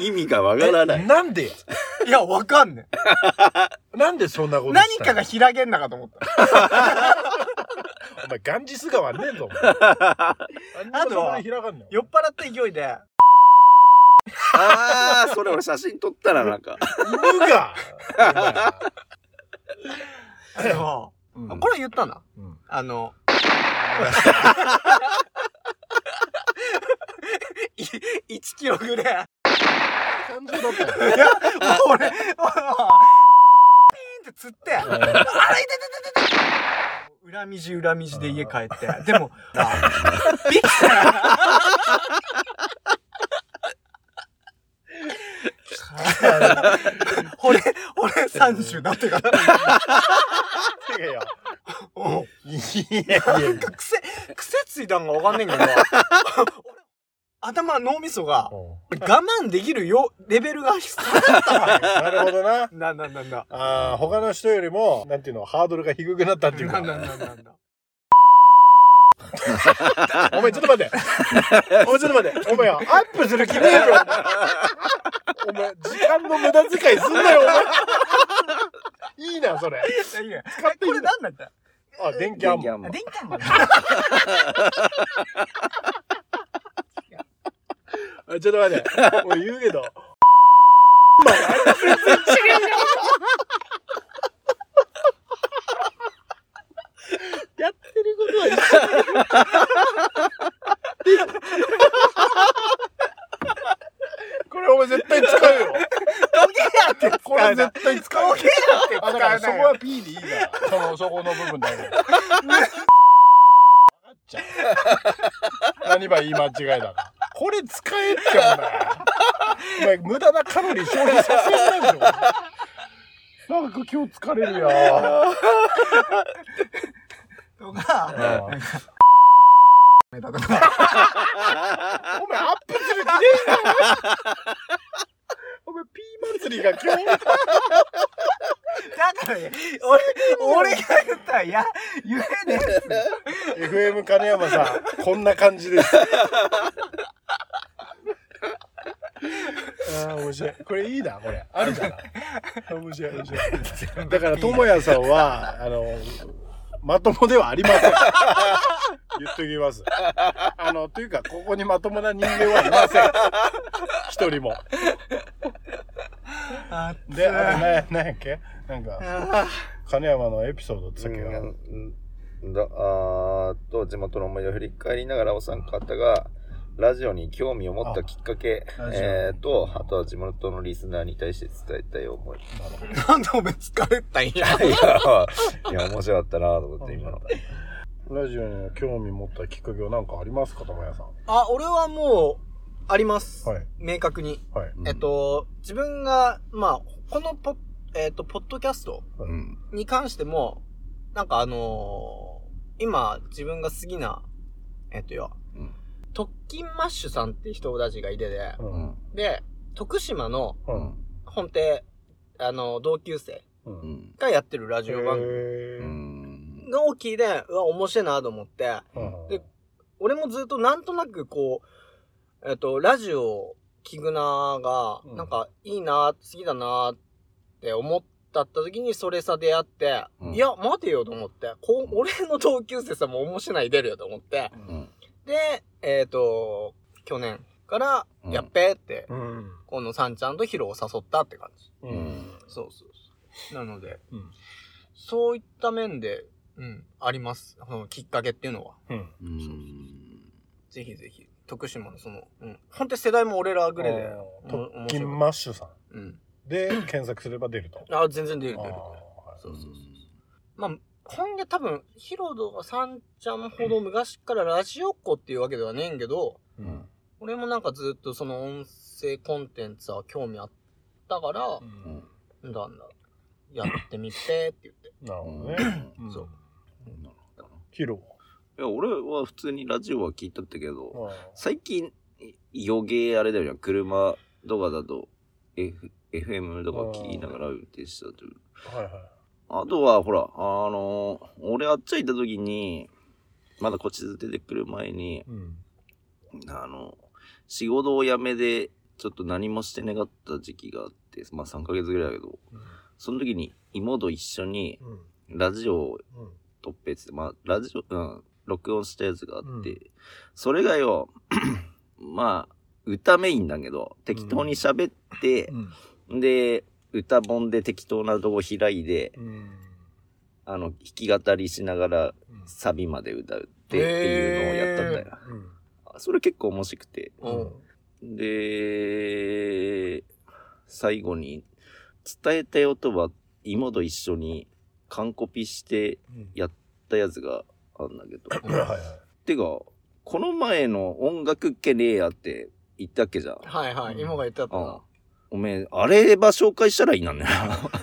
S2: 意味がわからない。
S3: なんでよ
S1: いや、わかんねえ。
S3: なんでそんなこと
S1: 何
S3: した
S1: か
S3: の
S1: が開けんなかと思った。
S3: お前、ガンジス川ね えぞ、お前。
S1: あとは
S3: あんなとこで開かんの
S1: 酔っ払った勢いで、
S2: ああ、それ俺写真撮ったらなんか。
S3: 犬が
S1: でも、
S3: お前
S1: これ言ったな。
S3: うん
S1: あ の、い1キロぐらい。
S3: 感情だったよ
S1: いや、もう俺、もう、ピーンって釣って、あれ、いてててててて恨みじ恨みじで家帰って、でも、あびっ くりした俺、俺30だってから。
S3: い やいや
S1: うん
S3: いやいや
S1: なんか癖、癖ついたんがわかんねえけど、俺、頭、脳みそが、我慢できるよ、レベルが必要だったわ。
S3: なるほどな。
S1: なんだなんだ。
S3: ああ、他の人よりも、なんていうの、ハードルが低くなったっていう
S1: な
S3: か
S1: ん。だなんだなんだ。
S3: お前ちょっと 待って。お前ちょっと待って。お前アップする気ねえよ。お前、時間の無駄遣いすんなよ、お前。いいな、それ。
S1: いや
S3: 使ってい
S1: こ
S3: い
S1: れ
S3: な。
S1: 何なんだっ
S3: あ、電気あん
S2: 電気あ
S3: も。
S1: た
S2: んま
S1: 電気あんまり
S3: あちょっと待 って。俺言うけど。やってることは一緒だよ。 これお前絶対使うよ。
S1: どけやって
S3: これ絶対使うよ
S1: ど。けやって
S3: あだからそこは P でいいから。そのそこの部分だ け。分かっちゃう。何ば言い間違いだな。これ使えってお前。お前無駄なカロリー消費させんないでしょ。なんか今日疲れるよ。
S1: とか
S3: お前アップする気ねえんだよお前 P 祭りが今日。
S1: だからね俺俺が言ったらや言えねえっす
S3: FM 金山さん、こんな感じです。ああ、面白い。これいいな、これ。あるかな。面白い、面白い。だから、ともやさんは、あの、まともではありません。言っときます。あの、というか、ここにまともな人間はいません。一人も。
S1: あ
S3: で、あの、ね、なんやっけなんか、
S1: あ
S3: 金山のエピソードってさっきは。
S2: うんだあーっと地元の思い出を振り返りながらお三方がラジオに興味を持ったきっかけ
S3: あラジオ
S2: えー、とあとは地元のリスナーに対して伝えたい思い
S1: なんでお前疲れたんや
S2: いやいや面白かったなと思って今の
S3: ラジオに興味持ったきっかけは何かありますか、ともやさん。
S1: あ俺はもうあります、
S3: はい
S1: 明確に、
S3: はい。
S1: えっと自分がまあこのポッ,、えっとポッドキャスト
S2: うん
S1: に関してもなんかあのー今自分が好きなえっとよ
S2: うん
S1: 特勤マッシュさんって人たちがいてで、
S3: う。
S2: うんん
S1: で、徳島の
S3: う。
S2: うんん
S1: 本邸、あの、同級生
S3: うん
S2: うん
S1: がやってるラジオ番組
S2: うん
S1: が大きいで、うわ、面白いなと思って、
S3: 組
S1: で俺もずっとなんとなくこう、えっと、ラジオを聞くなーが
S3: う、ん
S1: なんかいいなー、好きだなーって思った時にそれさ出会って、
S2: うん
S1: いや、待てよと思って、こう、俺の同級生さんも面白い出るよと思って、
S2: うん
S1: で、えっ、と、去年から、やっべーって、
S3: うん。
S1: このさんちゃんとヒロを誘ったって感じ。
S3: うん。
S1: そうそうそう。なので、
S3: うん
S1: そういった面で、うん、あります。そのきっかけっていうのは。
S3: うん。
S2: うん。
S1: ぜひぜひ、徳島のその、うん。本当に世代も俺らぐらいで
S3: あー。
S1: おも
S3: 特
S1: 面白い
S3: 勤マッシュさん
S1: うん。
S3: で検索すれば出ると。
S1: あ、全然出る
S3: あ
S1: 出る。
S3: ーはい
S1: そうそうそう。まあ、本家多分、ヒロドがさんちゃんほど昔からラジオっ子っていうわけではねえんけど、
S3: う
S2: うんん。
S1: 俺もなんかずっとその音声コンテンツは興味あったから、
S2: うん。
S1: なんだなんだ、やってみてって言って。
S3: なるほど
S2: ね
S3: ね。。ん
S1: そう。
S2: なるほどな。
S3: ヒロ。
S2: いや、俺は普通にラジオは聞いたったけ
S3: あ
S2: ど、
S3: ー
S2: 最近、余計あれだよね、車とかだと、F、FM とか聞きながら運転したという。
S3: はいはい。
S2: あとは、ほら、あのー俺あっち行った時に、まだこっち出てくる前に、
S3: うん。
S2: あの、仕事を辞めで、ちょっと何もしてなかった時期があって、まあ3ヶ月ぐらいだけど、その時に妹と一緒に
S3: うん。
S2: ラジオを
S3: うん。
S2: 撮っぺっつって、まあラジオ、うん、録音したやつがあって、
S3: うん
S2: それがよ、 まあ、歌メインだけど、適当に喋って
S3: う、ん。
S2: で、歌本で適当なとこ開いて、
S3: うん。
S2: あの、弾き語りしながら
S3: うん
S2: サビまで歌うってっていうのをやったんだよ。それ結構面白くて。
S3: うん。
S1: うん。
S2: で、最後に、伝えたい音は、妹と一緒に、完コピして
S3: うん。
S2: やったやつがあんだ けど。
S3: はいはい。
S2: てか、この前の音楽系ねえやって言ったっけじゃん。
S1: はいはい、
S3: うん
S1: 今が言ったと
S2: ああ
S1: な。
S2: おめえ、あれば紹介したらいいなんだよ。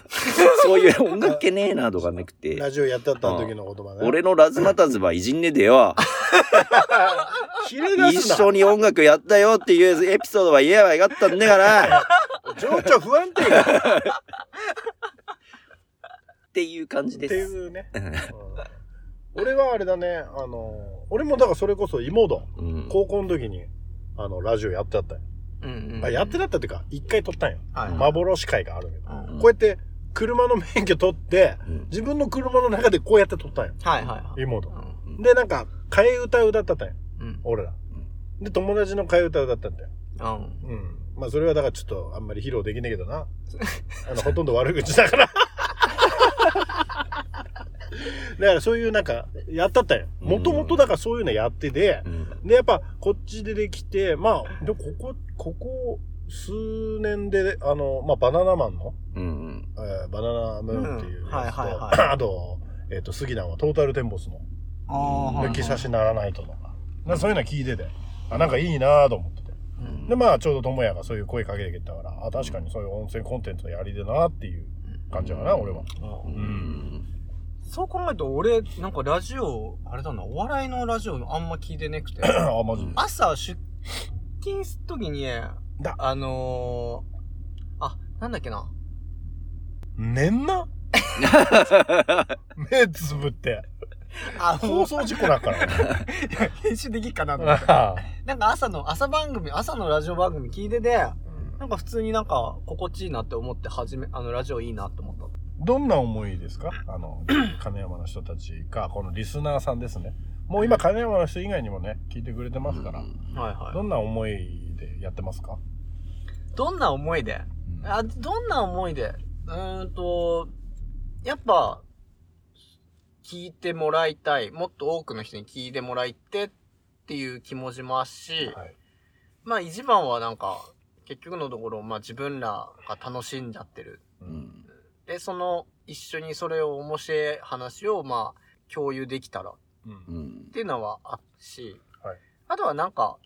S2: そういう音楽系ねえなとかなくて。
S3: ラジオやってた時の言葉ね。
S2: 俺のラズマタズはいじんねえでよ。
S3: ひれ出
S2: 一
S3: すな。
S2: 緒に音楽やったよっていうエピソードは言えばよかったんだから。
S3: 情緒不安定やっ
S2: っていう感じ
S3: て
S2: です。
S3: いうね。うん俺はあれだね、あの、俺もだからそれこそ妹、
S2: うん
S3: 高校の時に、あの、ラジオやってあったよ。
S1: うんうんうん
S3: あやってなったっていうか、一回撮ったんよ。
S1: はい。
S3: 幻会があるけど。
S1: うん
S2: うん
S3: こうやって、車の免許取って、
S2: うん
S3: 自分の車の中でこうやって撮ったんよ。
S1: はいはいはい。
S3: 妹
S1: う。ん
S3: で、なんか、替え歌歌ってたんよ。
S1: うん。
S3: 俺ら。で、友達の替え歌歌ったんだよ。
S1: うん。
S3: うん。まあ、それはだからちょっと、あんまり披露できねえけ どな。あの、ほとんど悪口だから。だからそういうなんか、やったったんよ。もともとだからそういうのやってて、
S2: うん
S3: で、やっぱ、こっちでできて、まあ、で、ここ、ここ、数年で、あの、まあ、バナナマンの、
S2: うん
S3: えーバナナムーンっていうやつと、
S1: うんはいはいはい
S3: あと、えっ、と、杉南はトータルテンボスの、
S1: ああ
S2: はい
S3: 抜き差しならないととか、なんかそういうの聞いてて、あ、なんかいいなぁと思ってて。
S2: うん
S3: で、まあ、ちょうど智也がそういう声かけてきたから、あ、確かにそういう温泉コンテンツやりでなっていう感じかな、
S2: うん
S3: 俺は。
S2: うんうん
S1: そう考えると俺、なんかラジオ、あれだな、お笑いのラジオあんま聞いてな くて。
S3: あ、マジで。
S1: 朝出勤するときに、
S3: だ
S1: あのー、あ、なんだっけな。
S3: 寝んな目つぶって。
S1: あ、も
S3: 放送事故だから。
S1: う、編集できっかなと思って。
S3: あ
S1: なんか朝の、朝番組、朝のラジオ番組聞いてて、なんか普通になんか心地いいなって思って始め、あのラジオいいなって思った。
S3: どんな思いですかあの、 金山の人たちか、このリスナーさんですね。もう今、金山の人以外にもね、聞いてくれてますから、
S1: はいは
S3: どんな思いでやってますか
S1: い。どんな思いであ、どんな思いでうーんと、やっぱ、聞いてもらいたい。もっと多くの人に聞いてもらいてっていう気持ちもあるし、
S3: はい。
S1: まあ一番はなんか、結局のところ、まあ自分らが楽しんじゃってる。
S2: うん
S1: で、その、一緒にそれを面白い話を、まあ、共有できたらっ
S3: う。
S2: うんん
S1: ていうのはあるし、
S3: はい
S1: あとはなんか、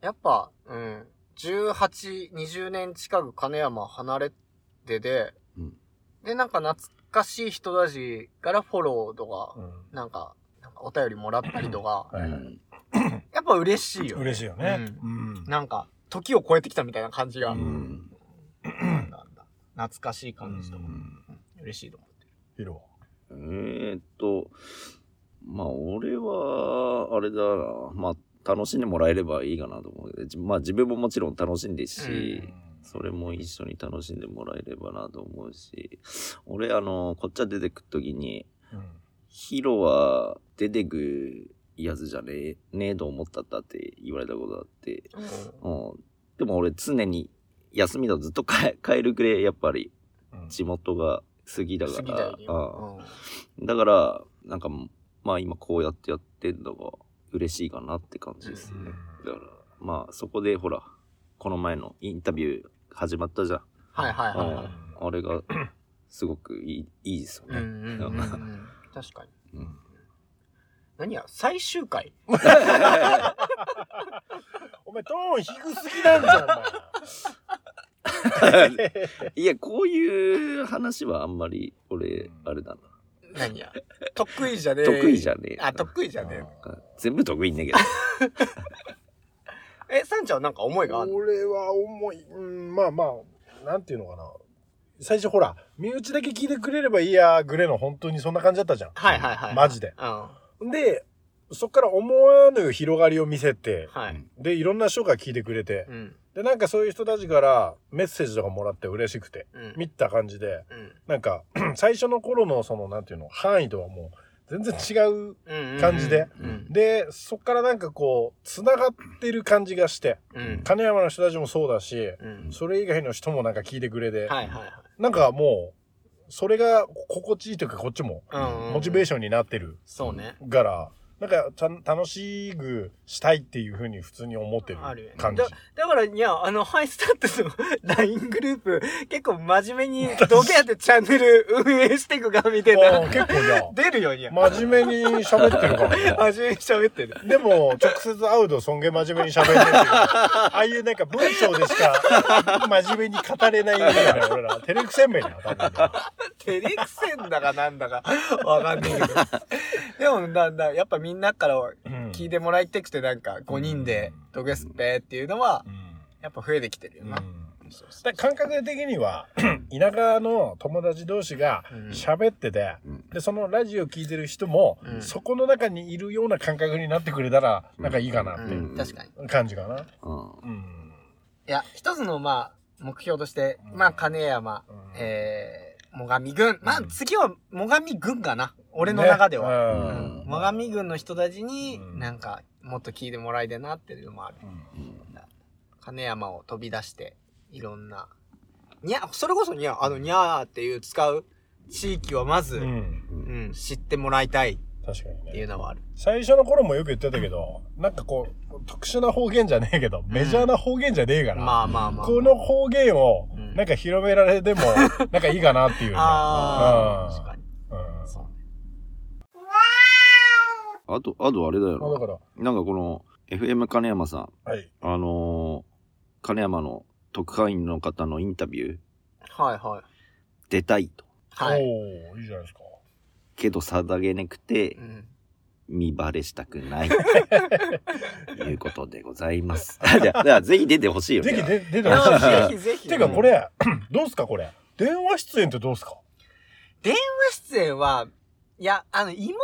S1: やっぱ、うん、18、20年近く金山離れてで、
S2: うん
S1: で、なんか懐かしい人たちからフォローとか、
S3: うん
S1: なんか、なんかお便りもらったりとか、
S3: はいはい
S1: やっぱ嬉しいよ。
S3: 嬉しいよね。
S1: う
S3: うん
S1: なんか、時を超えてきたみたいな感じが。
S3: う
S2: うん
S1: なんだなんだ懐かしい感じとか、
S2: うん
S1: うん嬉しいと思ってる。
S3: ヒロ
S2: えーっと、まあ俺は、あれだな、まあ楽しんでもらえればいいかなと思うけどじまあ自分ももちろん楽しんでるし、それも一緒に楽しんでもらえればなと思うし、俺あの、こっちは出てくときに、
S3: うん
S2: ヒロは出てくやつじゃねえ、ねえと思ったったって言われたことあって、うん。でも俺常に休みだとずっと帰帰るくらいやっぱり
S3: うん
S2: 地元が杉だか
S1: 杉だ
S2: ら
S1: よね。
S2: あ
S1: うん
S2: あだから、なんか、まあ今こうやってやってんのが嬉しいかなって感じですね。だから、まあそこでほら、この前のインタビュー始まったじゃん。
S1: はいはいはい。
S2: あああれが、すごくいい、いいですよ
S1: うんう
S2: ね。
S1: んうんうん。確かに。
S2: うん
S1: 何や、最終回
S3: お前、トーン低すぎなんじゃん、お前。
S2: いや、こういう話はあんまり、俺、あれだな。
S1: 何や。得意じゃねえ。
S2: 得意じ
S1: ゃ
S2: ゃねえな。
S1: あ、得意じゃね
S2: うん全部得意 んだけど。
S1: え。え、サンちゃんはなんか思いがあるの
S3: 俺は重い、うん、まあまあ、なんていうのかな。最初ほら、身内だけ聞いてくれればいいやぐらいの本当にそんな感じだったじゃん。
S1: はいはいはい。
S3: マジで。
S1: うん。は
S3: で、そっから思わぬ広がりを見せて、
S1: い。
S3: で、いろんな人が聞いてくれて
S1: う、ん。
S3: で、なんかそういう人たちからメッセージとかもらって嬉しくて、
S1: うん。
S3: 見た感じで、
S1: うん
S3: なんか、 最初の頃のその、なんていうの、範囲とはもう、全然違う。
S1: うんうん。
S3: 感じで
S1: うん。
S3: で、そっからなんかこう、繋がってる感じがして、
S1: うん。
S3: 金山の人たちもそうだし、
S1: うん。
S3: それ以外の人もなんか聞いてくれ
S1: は
S3: て、
S1: いはいはい。
S3: なんかもう、それが心地いいというか、こっちも、
S1: うんうん。
S3: モチベー
S1: ション。
S3: ションになってる
S1: そうね。
S3: から、なんかた、楽しくしたいっていうふうに普通に思ってる
S1: あるよね
S3: 感じ。
S1: だから、いや、あの、ハイスタッツの LINE グループ、結構真面目 に、どうやってチャンネル運営していくかみたい
S3: あー
S1: な。
S3: 結構じゃ あ
S1: 出るよ、いや。
S3: 真面目に喋ってるかもね。
S1: 真面目に喋ってる。
S3: でも、直接会うと尊厳真面目に喋 れる。ああいうなんか文章でしか真面目に語れないんだよね、俺ら。照れくせんめんな、多分ね。
S1: 照れくせんだかなんだか、わかんないけど。でも、だんだん、やっぱみんなから
S3: うん
S1: 聞いてもらいたくて、なんか、5人で、ドゲスペっていうのは
S3: う、
S1: やっぱ増えてきてるよ
S3: ん
S1: な。そうそ
S3: だから感覚的 には、田舎の友達同士が
S1: うん
S3: 喋ってて、
S2: うん
S3: で、そのラジオ聞いてる人も、
S1: うん
S3: そこの中にいるような感覚になってくれたら、なんかいいかな
S1: う
S3: っ
S1: う
S3: て
S1: ん。確かに。い
S3: 感じかな。
S2: うん
S3: うん。
S1: や、一つの、まあ、目標として、
S3: うん
S1: まあ、金山、
S3: うん
S1: えー、最上軍。まあ、
S3: うん
S1: 次は最上軍かな。俺の中では。う
S3: は
S1: ん最上軍の人たちに
S3: う、ん
S1: なんか、もっと聞いてもらいたいなっていうのもある。金山を飛び出して、いろんな、にゃ、それこそにゃ、あの、にゃーっていう使う地域はまず、
S3: う
S1: うん、
S3: ん。
S1: 知ってもらいたいっ
S3: 確かに
S1: てい
S3: ね。
S1: うのはある。
S3: 最初の頃もよく言ってたけど、なんかこう、特殊な方言じゃねえけど、メジャーな方言じゃねえから、
S1: まあまあまあ。
S3: この方言を
S1: う、ん
S3: なんか広められても、なんかいいかなっていうね。
S1: ああ、
S3: うん
S1: 確かに。
S3: うん
S1: そうね。
S2: あと、あとあれだ
S3: まあだ
S2: よ
S3: から、
S2: な。なんかこの、FM 金山さん、
S3: はい。
S2: あのー金山の特派員の方のインタビュー、
S1: はいはい。
S2: 出たいと。
S1: はい。
S3: おおいいじゃないですか。
S2: けど、さだげなくて
S1: う、ん。
S2: 見バレしたくない。ということでございます。 だからだからぜひ出てほしいよ
S3: ぜひ
S2: ね。
S3: 出出て
S1: で
S3: ほし
S1: も
S3: いです
S1: ぜ
S3: ね。
S1: ひぜひ。
S3: てか
S1: うん
S3: これ、 どうすかこれ。電話出演ってどうすか
S1: 出演は、いや、あの、芋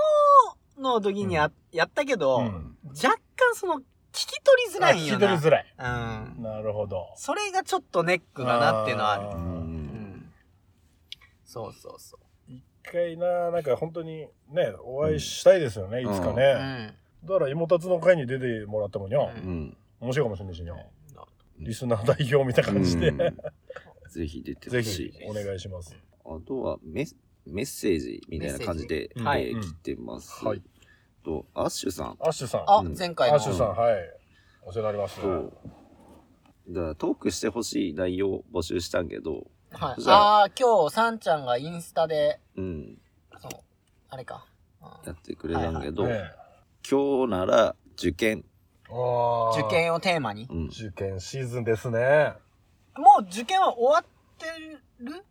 S1: の時にや,、やったけど、
S3: うん
S1: 若干その、聞き取りづらいん
S3: あ聞
S1: よ
S3: き取り
S1: な。
S3: づらい。
S1: うん。
S3: なるほど。
S1: それがちょっとネックだなっていうのはある。
S2: う
S1: うんん。そうそうそう。
S3: 一回な、なんか本当にね、お会いしたいですよね、
S2: うん
S3: いつか
S1: う
S3: ね。
S1: ん。
S3: だから、芋立つの会に出てもらってもにゃ、
S1: うん
S2: うん。
S3: 面白いかもしれないしにゃ、
S2: うん
S3: リスナー代表みたいな感じで、
S2: うんぜひ出て
S3: ぜ
S2: ほし
S3: ひ
S2: い。
S3: お願いします。
S2: あとはメッ、メッセージみたいな感じで、え
S3: メッセージ
S2: ー
S3: はい
S2: 来てます。
S3: はい
S2: と、アッシュさん
S3: アッシュさん。
S1: あ、
S2: うん
S1: 前
S3: ア
S1: 回の。
S3: ッシュさん、はい。お世話になります。
S2: と、だからトークしてほしい内容を募集したんけど、
S1: はい
S2: じ。ゃあ
S1: ああー、今日、さんちゃんがインスタで、
S2: うん、
S1: そう、あれか。う
S2: や
S1: ん
S2: ってくれたんけど、
S3: ねえ
S2: 今日なら受験、
S3: あー
S1: 受。験をテーマに。
S2: うん、
S3: 受験シーズンですね。
S1: もう受験は終わってる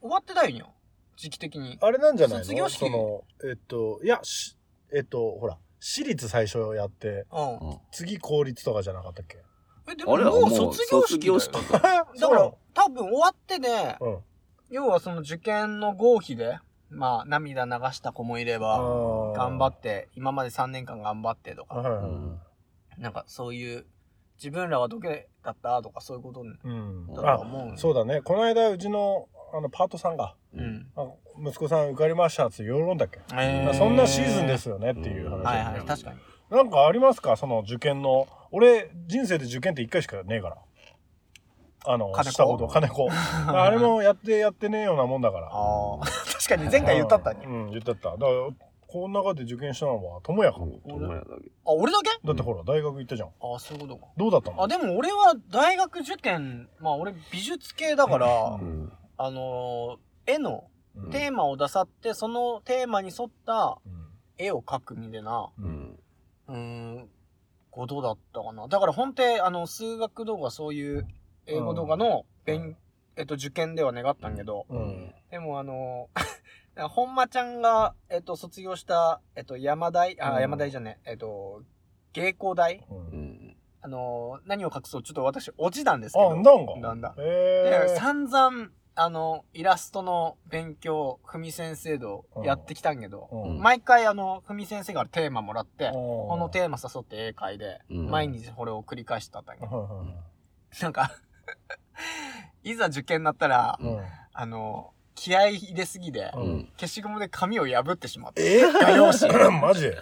S1: 終わってないんよ。時期的に。
S3: あれなんじゃないの
S1: 卒業式
S3: その、えっと、いや、しえっと、ほら、私立最初やって、
S1: うん。
S3: 次公立とかじゃなかったっけ
S1: え、で
S2: あ
S1: も
S2: れは
S1: も
S2: も
S1: う
S2: う
S1: 卒業 式だよ。
S2: 卒業
S3: だか
S1: だから、多分終わってね、
S3: うん。
S1: 要はその受験の合否で、まあ、涙流した子もいれば、頑
S3: 頑
S1: 張って、今まで3年間頑張ってと
S3: は
S1: か、
S3: いはいうはい
S2: ん
S1: なんかそういう、自分らはどけだったとかそういうことだ
S3: うん。
S1: とは
S3: あ、
S1: 思うんよ。
S3: そうだね。この間、うちの、あの、パートさんが、
S1: う。ん。
S3: あ息子さん受かりましたって喜んだっけ
S1: え
S3: そんなシーズンですよねっていう話、
S2: うん
S1: はいはい、確か に。
S3: なんかありますかその受験の。俺、人生で受験って一回しかねえから。あの、
S1: 金子
S3: したこと、金 子。あれもやってやってねえようなもんだから。
S1: ああ。 確かに前回言ったったに。
S3: う
S1: あ、
S3: ん、言ったった。だから、この中で受験したのは、智也か。
S2: 友也だけ
S1: 俺だけ
S3: だってほら、大学行ったじゃん。
S1: ああ、そういうことか。
S3: どうだったの
S1: あ、でも俺は大学受験、まあ俺美術系だから
S3: う、
S2: うんん
S1: あのー絵の
S3: うん
S1: テーマを出さって、そのテーマに沿った
S3: うん
S1: 絵を描くみたいな、
S2: うん
S1: うーん、ことだったかな。だから本当あの、数学動画そういう英語動画の勉、
S3: うん
S1: えっと、受験では願ったんけど、
S3: うん。
S1: でもあの ー、本間ちゃんが、えっと、卒業した、えっと、山大、あ、
S3: うん
S1: 山大じゃねえ、えっと、芸工大
S3: うん
S2: うん
S1: あのー、何を隠そうちょっと私、落ちたんですけ
S3: あ、
S1: ど。
S3: なんか。
S1: なんだ。
S3: え
S1: で、
S3: え。
S1: 散々、あの、イラストの勉強、ふみ先生とやってきたんけど、
S3: うん
S1: 毎回あの、ふみ先生からテーマもらって、こ
S3: こ
S1: のテーマ誘って絵描いで、
S2: うん
S1: 毎日これを繰り返したったんや。
S3: う
S1: なんか、 いざ受験になったら、
S3: ん。
S1: あの、気合い入れすぎで、
S3: う
S2: うん
S1: 消しゴムで紙を破ってしまって、
S3: え
S1: 画用紙。
S3: マジ
S1: うんで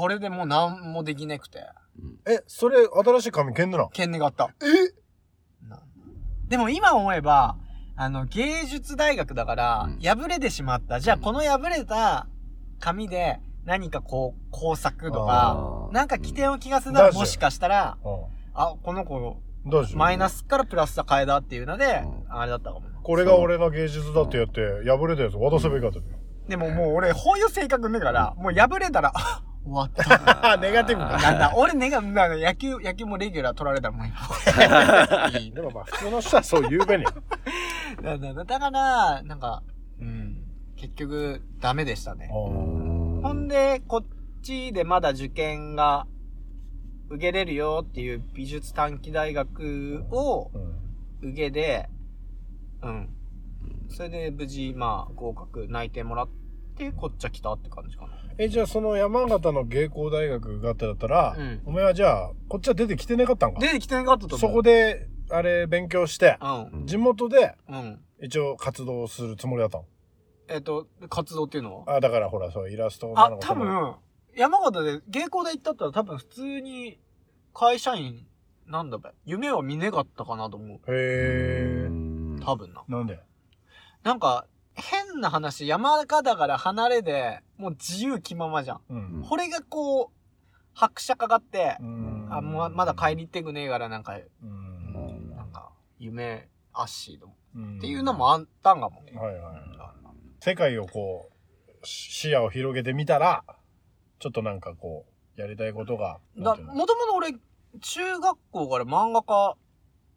S1: これでもう何もできなくて、
S3: え、それ、新しい紙けんでな。
S1: 剣願った。
S3: え
S1: なでも今思えば、あの、芸術大学だから
S2: うん、
S1: 破れてしまった。じゃあ、この破れた紙で、何かこう、工作とか、
S2: あー
S1: なんか起点を聞かせ
S3: うん
S1: た
S3: ダ
S1: ら、
S3: ッシュ
S1: もしかしたら、
S3: う
S1: あ、この子、
S3: ん。どうしよう
S1: マイナスからプラスだ変えだっていうので
S2: う、
S1: あれだったかも。
S3: これが俺の芸術だってやって、破れたやつ渡せばいいかと。
S1: でももう俺、こういう性格だから、もう破れたら、 あ終わった。
S3: あ、ネガティブだ
S1: なんだ、俺ねが、なんだ野球、野球もレギュラー取られたもん、 今。
S3: いいでもまあ、普通の人はそう 言うべに。
S1: だだだだから、なんか、うん、結局、ダメでしたね。
S2: うん
S1: ほんで、こっちでまだ受験が受けれるよっていう美術短期大学を受けで、うん。それで無事、まあ、合格内定もらって、こっちは来たって感じかな。
S3: え、じゃあその山形の芸工大学があっただったら
S1: うん、
S3: お前はじゃあ、こっちは出てきてなかったんか
S1: 出てきてなかったと思う。
S3: そこ
S1: で。
S3: で、あれ、勉強して、
S1: うん。
S3: 地元で
S1: うん。
S3: 一応活動するつもりだったの。
S1: えっ、と、活動っていうのは
S3: あ、だからほら、そう、イラストな
S1: あ
S3: の、か
S1: 多分、山形で芸工大行ったったら多分普通に会社員、なんだべ、夢は見ねかったかなと思う。
S3: へえ。
S1: 多分な。
S3: なんで
S1: なんか、変な話、山形から離れで、もう自由気ままじゃん。
S3: うん。
S1: これがこう、拍車かかって、
S3: うん
S1: あ、もうまだ帰。りてくねえから、なんか、
S3: うん。
S1: なんか、夢、アッシーと。
S3: っ
S1: っていうの。もあったんかも。
S3: はいはい。世界をこう、視野を広げてみたら、ちょっとなんかこう、やりたいことが。な
S1: だ、
S3: んていう
S1: も
S3: の
S1: ともと俺、中学校から漫画家、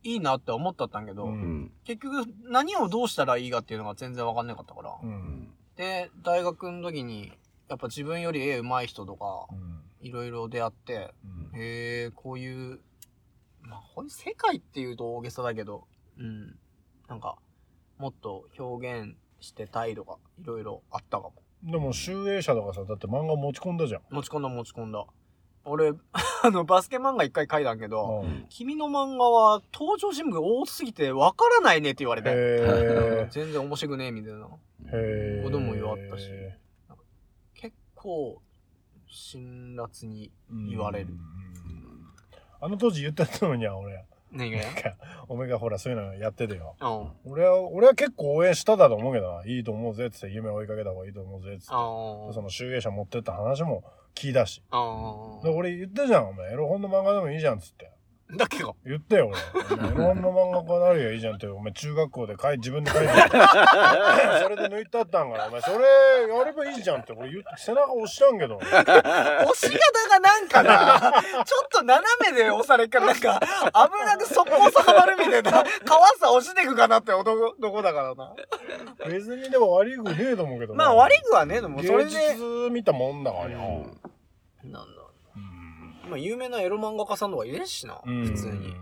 S1: いいなって思ったったんけど、
S3: うん
S2: うん
S1: 結局何をどうしたらいいかっていうのが全然わかんなかったから。
S3: う。
S2: うんん
S1: で、大学の時に、やっぱ自分より絵上手い人とか
S3: う、ん。
S1: いろいろ出会って、
S3: うん
S1: へえ、こういう、まあ、こういう世界っていうと大げさだけど、うん。なんか、もっと表現してたいとか、いろいろあったかも。
S3: でも、集英社とかさ、だって漫画持ち込んだじゃん。
S1: 持ち込んだ持ち込んだ。俺、 あの、バスケ漫画一回書いたんけど、
S3: うん
S1: 君の漫画は登場人物が多すぎてわからないねって言われて、
S3: へ
S1: 全然面白くねえみたいな。
S3: え。へ え。
S1: 子供弱ったし結構、辛辣に
S3: うん
S1: 言われる。
S3: あの当時言ってたのには俺、
S1: ね え。
S3: おめがほらそういうのやっててよ。
S1: うん。
S3: 俺は、俺は結構応援しただと思うけどな。いいと思うぜっつって夢追いかけた方がいいと思うぜっつって。
S1: あ
S3: その集英社持ってった話も聞いたし。
S1: あ。あ
S3: で俺言ったじゃん、お前。エロ本の漫画でもいいじゃんっつって。
S1: あ。だっけか。
S3: 言った よ、俺。お前エロ本の漫画家になるよ、いいじゃんって。お前中学校で書い、自分で書 いて。それで抜いたったんから、お前それやればいいじゃんって。俺言って、背中押したんけど。
S1: 押し方がなんか な、ちょっと斜めで押されっからなんか、危なく速攻さはまるみたいな、川さ押していくかなって男、男だからな。
S3: 別にでも悪いくねえと思うけどな。
S1: まあ悪くはね、でもそ
S3: 芸
S1: れで。
S3: 術見たもんだからよ。
S1: なんだ。まあ有名なエロ漫画家さんとかいるしな、
S3: うん
S1: 普通に。。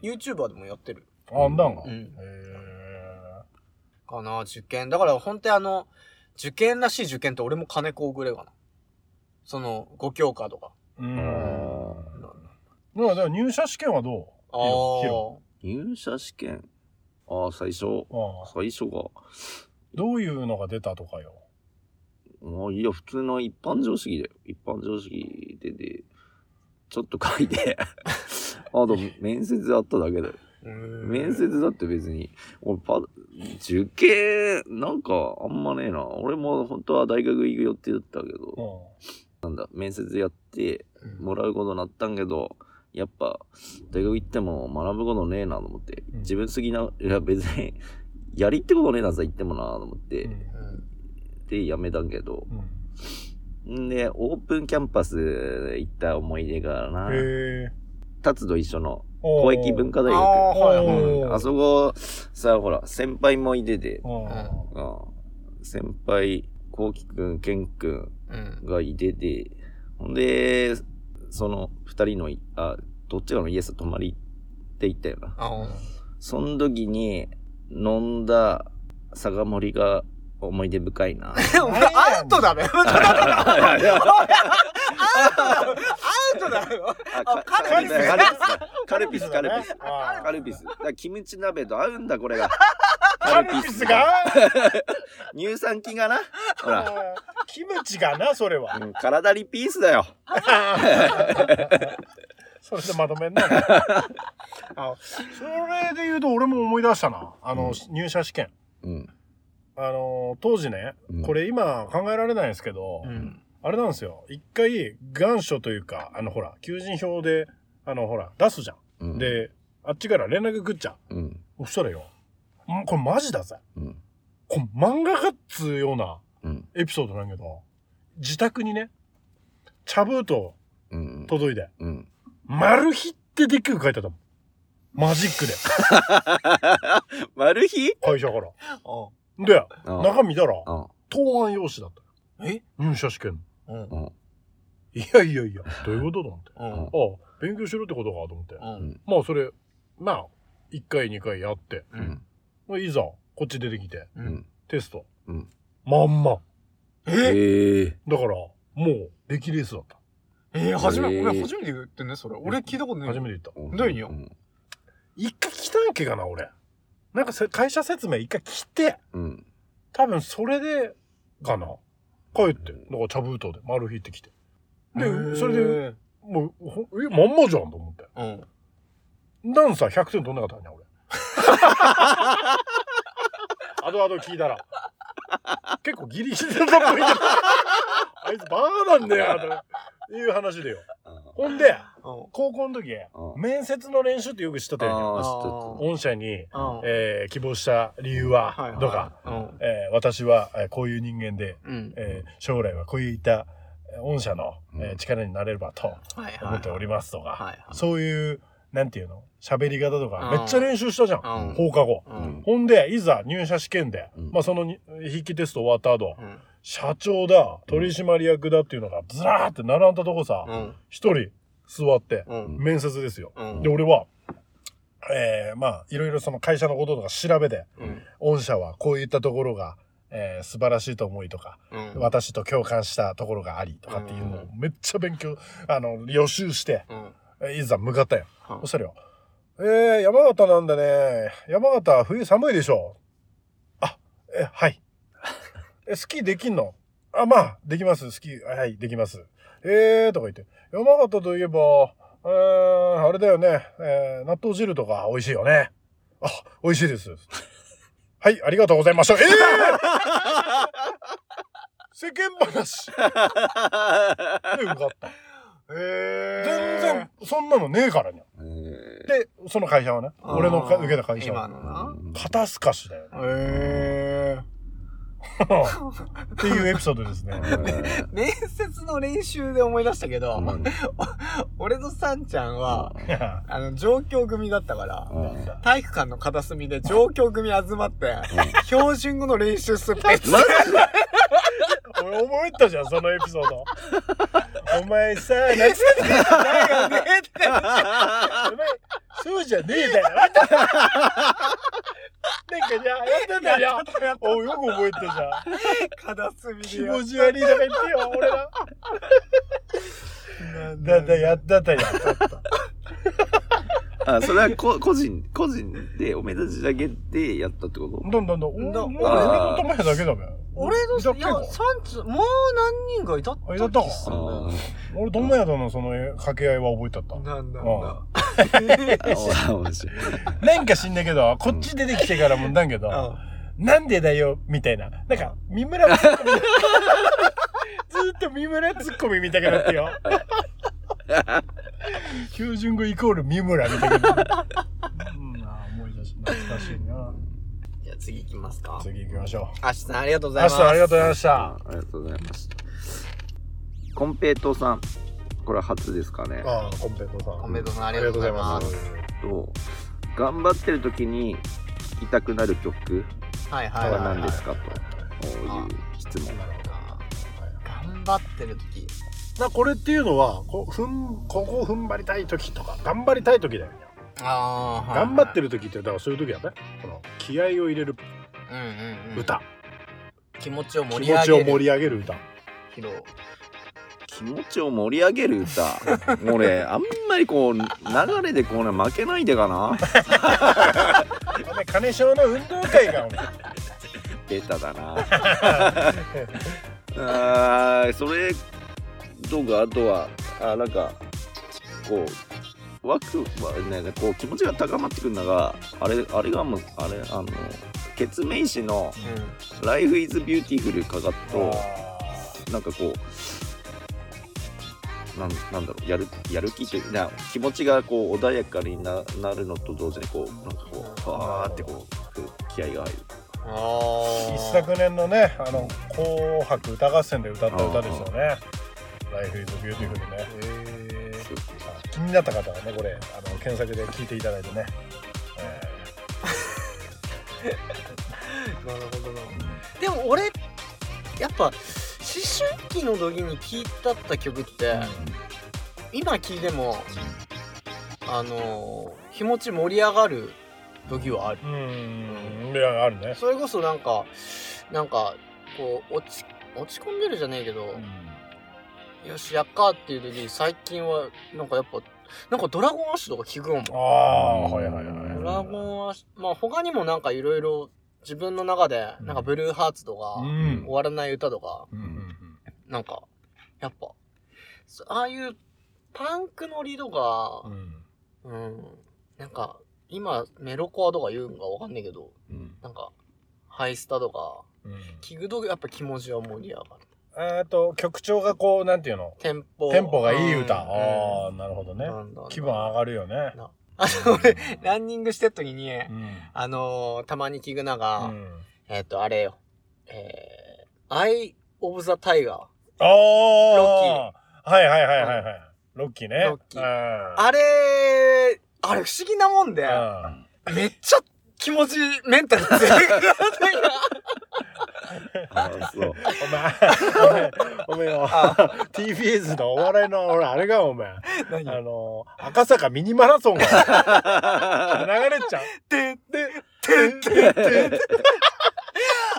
S1: YouTuber でもやってる。
S3: あ、あんだんか。
S1: う
S3: へ
S1: ん。
S3: え。
S1: かな、受験。だから本当にあの、受験らしい受験って俺も金子ぐれかな。その、5教科とか。
S3: うん。
S1: なんだ
S3: だからだから入社試験はどう
S1: あ
S3: ヒロ
S1: ー
S2: 入社試験ああ、最初。
S3: ああ
S2: 最初が。
S3: どういうのが出たとかよ。
S2: まあいや、普通の一般常識だよ。一般常 識で、で、ちょっと書いて、あと面接あっただけだよ。面接だって別に、俺パ、受験、なんかあんまねえな。俺も本当は大学行く予定だったけど、なんだ、面接やってもらうことになったんけど、やっぱ、大学行っても学ぶことねえなと思って、
S3: うん
S2: 自分すぎな、いや別に、 やりってことねえなさ、行ってもなと思って、で、やめたんけど、んで、オープンキャンパス行った思い出があるな、達と一緒の公益文化大
S1: あ
S2: 学。
S1: あ、はいはい。
S2: あそこ、さ、ほら、先輩もいてて、うん、先輩、こうきくん、けんくん
S1: うん。
S2: がいてて、ほんで、その二人のい、あ、どっちかのイエス泊まりって言ったよな。
S1: ああ、
S2: その時に飲んだ酒盛りが思い出深いな。
S1: でも お前アウトだね。アウトだね。
S2: あ
S1: アウトだよ。
S2: か
S1: あカルピス
S2: カルピスだカルピス、カルピス。
S1: あ
S2: カルピス。だからキムチ鍋と合うんだ、これが。
S3: カルピスが
S2: 乳酸菌がな。ほら。
S3: キムチがなそれ は
S2: うん体リピースだよ。
S3: それでまとめんなあそれで言うと俺も思い出したなあの、入社試験
S2: うん。
S3: あの当時ね、
S2: うん
S3: これ今考えられないですけど、
S1: うん。
S3: あれなんですよ一回願書というかあのほら求人票であのほら出すじゃん、
S2: うん、
S3: であっちから連絡くっちゃ
S2: うん。
S3: そしたらよんこれマジだぜ
S2: うん。
S3: これ漫画かっつうような
S2: うん。
S3: エピソードなんやけど、自宅にね、茶封筒
S2: うん。
S3: 届いて、
S2: うん。
S3: マル秘ってでっかく書いてあったもん。マジックで、
S2: マルヒ
S3: 会社から。
S1: あ
S3: で、
S2: うん
S3: 中見たら、
S2: うん。
S3: 答案用紙だった。
S1: え
S3: 入社試験の。
S1: うん。
S2: うん。
S3: いやいやいや、どういうことだと思って。
S1: うん。
S3: ああ、勉強しろってことかと思って。
S1: うん。
S3: まあそれ、まあ、1回2回やって、
S1: う
S2: う
S1: んん。
S3: まあいざ、こっち出てきて、
S1: う。
S2: うんん。
S3: テスト。
S2: うん
S3: まんま。
S1: え
S2: ええ。
S3: だから、もう、出来レースだった。
S1: えー、初め、
S2: えー
S1: 俺初めて言ってんね、それ。俺聞いたことない。
S3: 初めて言った。
S1: どういう意味よ
S2: ん
S3: 一回来たんけがな、俺。なんかせ会社説明一回来て、
S2: うん。
S3: 多分それで、かな。帰って、だから茶封筒で丸引いてきて。
S1: へ
S3: で、
S1: ー
S3: それで、、もう、ほえ、まんまじゃんと思って。
S1: うん。
S3: ダンサー100点取んなかっ たね、俺。あとあと聞いたら。結構ギリギリだったっぽいけどあいつバカなんだよ、という話でよ。ほんで、
S1: う
S3: 高校の時、
S2: うん。
S3: 面接の練習ってよく知ってたよね。
S2: ああ、
S1: あ
S2: ちょっ
S3: 御社に、
S1: ん。うん。
S3: えー希望した理由は
S1: はいはい
S3: とか、
S1: うん。
S3: えー私はえーこういう人間で、
S1: うん。
S3: えー将来はこういったえー御社の、えー
S2: うん
S3: 力になれればと
S1: はいはい。
S3: 思っておりますとか、
S1: はいはい。
S3: そういうなんていうの喋り方とか
S1: うん
S3: めっちゃ練習したじゃん、
S1: うん
S3: 放課後。
S1: うん。
S3: ほんでいざ入社試験で、
S2: うん
S3: まあ、そのに筆記テスト終わった後、
S1: うん。
S3: 社長だ取締役だっていうのがずらーって並んだとこさ
S1: うん。
S3: 一、人座って
S1: うん。
S3: 面接ですよ。
S1: うん。
S3: で俺はえーまあいろいろその会社のこととか調べて
S1: うん。
S3: 御社はこういったところが、えー素晴らしいと思いとか、
S1: うん。
S3: 私と共感したところがありとかっていうのをめっちゃ勉強、あの、予習して、
S1: うん。
S3: えいざ向かったよ。
S1: うん
S3: そしたらよ、えー、山形なんだね。山形は冬寒いでしょう。あ、え、はい。え、スキーできんのあ、まあ、できます。スキー、はい、できます。えー、とか言って、山形といえば、えー、あれだよね、えー、納豆汁とか美味しいよね。あ、美味しいです。はい、ありがとうございました。えー世間話で
S2: と。
S3: 受かった。
S1: えー
S3: 全然、そんなのねえからね。
S2: え
S3: で、その会社はね、俺のか受けた会社
S1: 今
S3: は、
S1: の
S2: え
S1: な。
S3: 肩透かしだよ ね。
S1: えー。
S3: っていうエピソードですね。
S1: 面接の練習で思い出したけど、
S2: うん
S1: 俺のさんちゃんは、あの、上京組だったから、
S2: うん
S1: 体育館の片隅で上京組集まって、標準語の練習するって言 ってた
S2: マ
S3: 俺覚えたじゃん、そのエピソード。 お前さ、
S1: だ
S3: 夏
S1: よねって。
S3: お前、そうじゃねえだよ。 なんかじゃあ、やってたじゃん。およく覚えたじゃん。
S1: 片隅
S3: 気
S1: でやっ
S3: 持ち悪いとか言ってよ、俺ら。だった、やったたやったった。
S2: あ、それはこ個人、個人でお目立ちだけでやったってこと
S3: どんどんどん。俺
S1: だ
S3: のこと前だけだべ。
S1: 俺の、
S3: だっ
S1: い
S3: け
S1: や、
S3: か
S1: さんち、もう何人かいたっ
S3: あ
S1: た
S3: い
S1: 気
S3: たっけ
S1: すんだよ
S2: あ
S3: 俺、どんな宿のその掛け合いは覚えたった。
S1: なんだなんだ
S3: あ。
S2: 面白い。
S3: なんか知んだけど、こっち出てきてからもなんけ
S1: う
S3: ど、
S1: ん
S3: なんでだよ、みたいな。なんか、三村ツッ コミ。ずっと三村ツッコミ見たくなってよ。標準語イコール三村みたいな。うん、あー思い出し、懐かしいな。
S1: じゃあ次行きますか。
S3: 次行きましょう。
S1: アシさんありがとうござい
S3: 明
S1: ます。
S3: 日ありがとうございました。
S2: ありがとうございました。コンペイトーさん。これは初ですかね。
S3: ああ、コンペイトさん。
S1: コンペイトさんありがとうございます
S3: ありがとうござい
S2: と、頑張ってる時に聴きたくなる曲
S1: はいは
S2: はい
S1: はい、
S2: 何
S1: は
S2: で
S1: い。
S2: すかという質問。
S3: なるほど
S1: あ
S3: はい
S1: ー頑張ってる時。
S3: なこれっていうのはこうふんここを踏ん張りたい時とか頑張りたい時だよね、
S1: ああ、
S3: 頑張って
S1: る。
S3: る時ってだからそういう時だねこの気合を入れる
S1: うんうん、うん。。
S3: 歌、
S1: 気持ちを盛り
S3: 気
S1: 上
S3: 持
S1: げる。
S3: ちを盛り上げる歌
S1: 披露。
S2: 気持ちを盛り上げる歌。もうね、あんまりこう、流れでこうね、負けないでかな。
S3: お前金賞の運動会がお前
S2: ベタだな。 あーそれとかあとはあなんかこうワクワクねこう気持ちが高まってくるのがあれあれがもうあれあのケツメイシの
S1: う
S2: 「Life is Beautiful」かかっと
S3: あ
S2: なんかこうなんなんだろうやるやる気というな気持ちがこう穏やかにななるのと同時にこうなんかこうバーってこう気合が入る。
S1: ん。あ
S3: ー
S1: あ。
S3: 一昨年のねあの「紅白歌合戦」で歌った歌ですよね「Life is Beautiful ね」ね気になった方はねこれあの検索で聞いていただいてね、え
S1: なるほどなでも俺やっぱ思春期の時に聴いたった曲って、今聴いてもあのー気持ち盛り上がる時はある
S3: ー、うんいやあるね、
S1: それこそなんかなんかこう落ち落ち込んでるじゃねえけど、よしやっかっていう時最近はなんかやっぱなんかドラゴンアッシュとか聴くもん
S3: ああはいはいはい
S1: ドラゴンアッシュまあ他にもなんかいろいろ自分の中でなんかブルーハーツとか、
S3: うん
S1: 終わらない歌とか
S3: うん
S1: なんか、やっぱ、そああいうパンクノリとか
S3: う、ん
S1: うん、なんか、今、メロコアとか言うんかわかんないけど、
S2: うん
S1: なんか、ハイスタとか、
S3: うん
S1: 聞くとやっぱ気持ちは盛り上がる。
S3: あと曲調がこうなんていうの
S1: テンポ。
S3: テンポがいい歌、
S1: うん
S3: ああなるほどね
S1: なんだ
S3: 気分上がるよね
S1: なあと俺、ランニングしてる時に、
S3: うん
S1: あのーたまに聞くのが、
S3: うん
S1: えっ、と、あれよ、えー、アイ・オブ・ザ・タイガー。
S3: ああはいはいはいはいはいロッキーね
S1: ロッキー
S3: あ
S1: あれあれ不思議なもんで、
S3: あ
S1: めっちゃ気持ち、メンタル強い。
S2: あーそう
S3: お前お前お前よ TBS のお笑いのほらあれがお前あ
S1: 何
S3: の赤坂ミニマラソンが流れちゃう
S1: てっててってて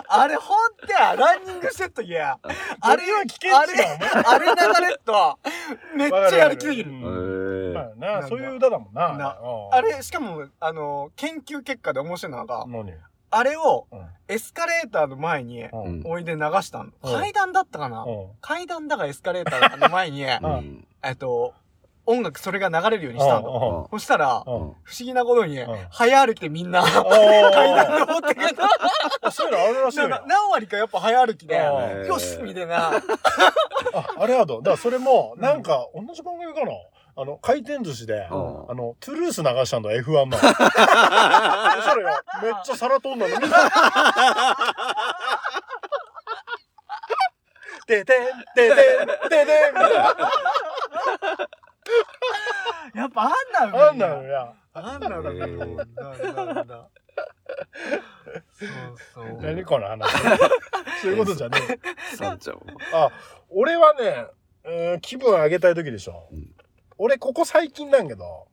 S1: あれほんとやランニングしてるときやあれ
S3: それは危険
S1: あ
S3: 地
S1: れ
S3: だお前
S1: あれ流れっとめっちゃやる気できる
S2: え
S3: うん
S2: ー
S3: まあ
S1: なんか
S3: なそういう歌だもんな
S1: な
S3: うん
S1: あれしかもあの研究結果で面白いのが
S3: 何
S1: あれを
S3: うん
S1: エスカレーターの前に
S2: うん
S1: おいで流したの
S3: うん
S1: 階段だったかな階段だかエスカレーターの前に え
S2: うん
S1: っと音楽それが流れるようにしたの
S2: うん
S1: そしたら
S3: うん
S2: うん
S1: 不思議なことに
S3: うん
S1: 早歩きでみんな
S3: ああ
S1: 階段登ってくれた
S3: そういうのあるらしい
S1: な
S3: よ
S1: んか何割かやっぱ早歩きで
S3: あ
S2: ー
S1: よしみたいな
S3: ああれやだだからそれもなんか同じ番組かなあの回転寿司であ
S2: うん
S3: のトゥルース流したんだ F1 のそしたらよめっちゃ皿飛んだのみんな「ででんででんででん」みたいな
S1: やっぱあんな
S3: あ
S1: ん
S3: んなのや
S1: あんなの
S2: へー
S1: なんだなんだそうそう
S3: 何この 話そういうことじゃねえ
S2: サンちゃんは
S3: あ俺はねうーん気分上げたい時でしょ、
S2: うん
S3: 俺ここ最近なんけど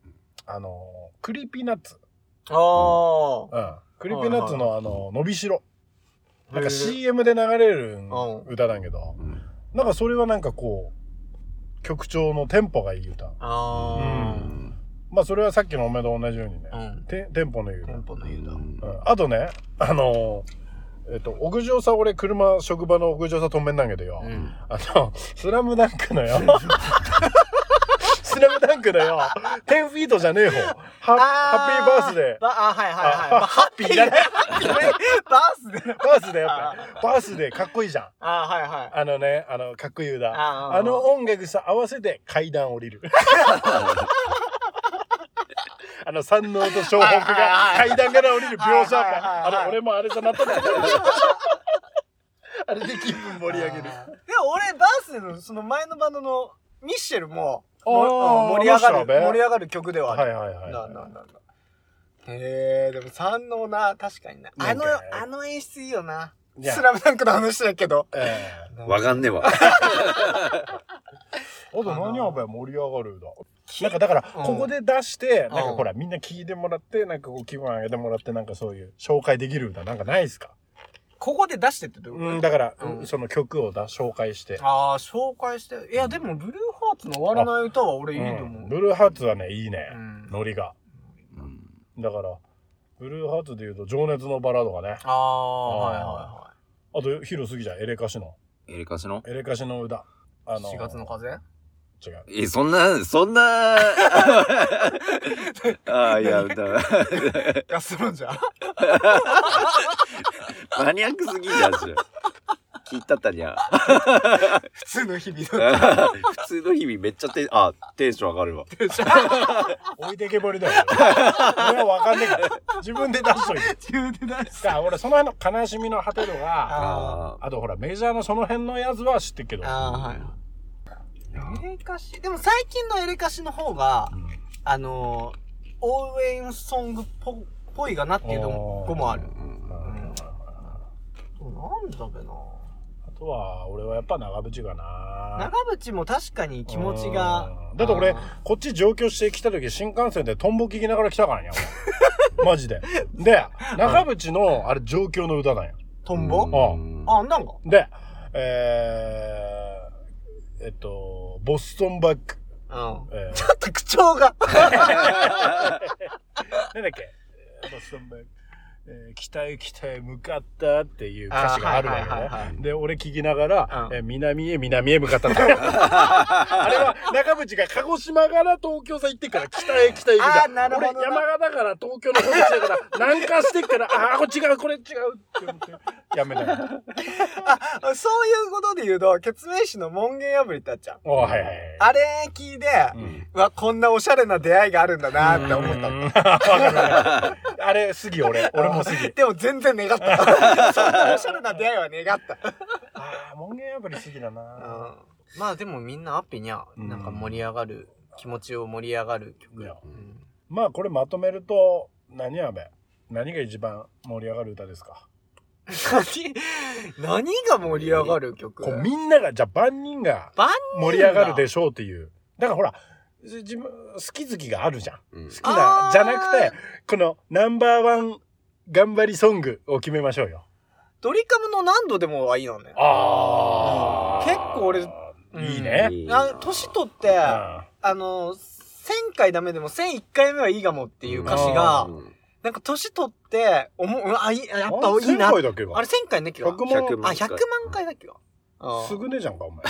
S3: あのクリーピーナッツ
S1: あ
S3: うんクリーピーナッツのあの、伸びしろ。
S1: あ
S3: なんか
S1: へ
S3: CM で流れる
S1: ん
S3: 歌なんけど、
S2: うん
S3: なんかそれはなんかこう、曲調のテンポがいい歌。
S1: あ
S3: まあそれはさっきのおめと同じようにね
S1: あう、ん
S3: てテンポのい
S1: テ
S3: い歌。う
S1: ン
S3: ん
S1: ポの言うだ
S3: あとね、あのー、えっと、屋上さ、俺車、職場の屋上さ止めんなんけどよ、
S1: うん
S3: あの、スラムダンクのよ、スラムダンクのよ、10フィートじゃねえ方。ハハッピーバースデー。
S1: ばあ、はいはいはい。まあハッピーだね。バースデー。
S3: バースデーやっ ぱり。バースデーかっこいいじゃん。
S1: あーはいはい。
S3: あのね、あの、かっこいい歌。
S1: あ
S3: あ
S1: ー
S3: の音楽さ、合わせて階段降 りる。 あの、山王と湘北が
S1: あー
S3: 階段から降りる描写
S1: あーはいはいはい
S3: あれ、俺もあれじゃなった んだけどあれで気分盛り上げ
S1: あーで
S3: る。
S1: も俺、バースデーのその前のバンドのミッシェルも、
S3: あー
S1: も盛り上が
S3: あの人
S1: る、
S3: はね
S1: 盛り上がる曲ではある
S3: はいはいはい。
S1: なんなんなんだ。へえ、でも三能な、確かにな。あ
S3: なん
S1: の
S3: か、
S1: あの演出いいよな。
S3: いや
S1: スラムダンクの話だけど。
S3: え
S2: わかんねえわ。
S3: えあと何やべ盛り上がるだ。なんかだから、
S1: うん
S3: ここで出して、なんか
S1: うん
S3: ほら、みんな聞いてもらって、なんかこう気分上げてもらって、なんかそういう紹介できる歌なんかないですか
S1: ここで出してってどういうこと
S3: うん、だから、
S1: うん
S3: その曲をだ紹介して。
S1: ああ、紹介して。いや、でも、ブルーハーツの終わらない歌は俺いいと思
S3: う。
S1: うん
S3: ブルーハーツはね、いいね
S1: う。ん。
S3: ノリが。
S2: うん
S3: だから、ブルーハーツで言うと、情熱のバラとかね。
S1: ああ、はいはいは
S3: あと、広すぎじゃん、エレカシの。
S2: エレカシの
S3: エレカシの歌。
S1: い。
S3: あの、
S1: 4月の風
S3: 違う。
S2: え、そんな、そんな、ああ、いや、だ
S1: 休むんじゃん。
S2: マニアックすぎじゃん、し。 聞いたったにゃ。
S1: 普通の日々の
S2: 普通の日々めっちゃテン、あ、テンション上がるわ。
S3: 置いてけぼりだよ。 俺はわかんねえから。自分で出しといて。
S1: 中で出し
S3: だから俺、その辺の悲しみの果てとか、
S1: あ
S2: あ
S3: あとほら、メジャーのその辺のやつは知ってるけど。
S1: あー、はいはい。エレカシ、でも最近のエレカシの方が、あのー、応援ソングっぽぽいがなっていうのも
S3: あー
S1: こもある。
S2: うん
S1: うん。なんだべな
S3: あとは、俺はやっぱ長渕かな。
S1: 長渕も確かに気持ちが
S3: う。んだって俺
S1: あー、
S3: こっち上京してきた時、新幹線でトンボ聞きながら来たからね。 俺マジで。で、中渕の、あれ上京の歌なんや。
S1: トンボ、
S2: うん
S1: あ、なんか。
S3: で、えー、えっと、ボストンバック、
S1: うん。
S3: え
S1: ちょっと口調が。
S3: ー、なんだっけえーボストンバック、えー、北へ北へ向かったっていう歌詞があるわ
S1: あーはいはいはい
S3: よ
S1: は
S3: ね。で、俺聞きながら、
S1: うん
S3: えー南へ南へ向か ったんだよ。あれは中渕が鹿児島から東京さ行ってっから北へ北へ行くじ
S1: あ
S3: ゃん。
S1: ーなるほどな
S3: 俺山形から東京の方に来た から南下してっから、ああ、これ違う、これ違うって思って、やめ たよ。
S1: あそういうことで言うと、決明詞の門限破りってあっちゃう。
S3: おーはいはいはい。
S1: あれ聞いて、うわ、こんなおしゃれな出会いがあるんだなって思った。
S3: うんわ かるわかるあれ、すぎ俺。俺もすぎ。
S1: でも全然願った。 そんなおしゃれな出会いは願った。
S3: ああ、門限破りすぎだな。
S1: まあでもみんなアッピーにゃ、なんか盛り上がる、気持ちを盛り上がる曲
S3: いや
S1: よ。うん
S3: まあ、これまとめると、何やべ。何が一番盛り上がる歌ですか。
S1: 何何が盛り上がる曲
S3: こう、みんなが、じゃあ万人が
S1: 万人
S3: 盛り上がるで
S1: し
S3: しょうっていう。だからほら、自分、好き好きがあるじゃん。
S2: うん
S3: 好きな
S1: あー、
S3: じゃなくて、このナンバーワン頑張りソングを決めましょうよ。
S1: ドリカムの何度でもはいいのね。
S3: あ
S1: ー結構俺
S3: うんいいね。
S2: いいな
S1: あ年取って、
S3: あ
S1: あの、1000回ダメでも1001回目はいいかもっていう歌詞が、
S2: うん
S1: なんか年取って、思う、うわ、いいやっぱ
S3: ー
S1: いいな。
S3: 前回だっけ
S1: あれ1000回ね、今日。
S3: 100も
S2: 100
S1: あ、
S2: 万
S1: 100
S2: 回
S1: 万回だっけよ。あ
S3: す
S1: ー
S3: ぐねじゃん か、お前。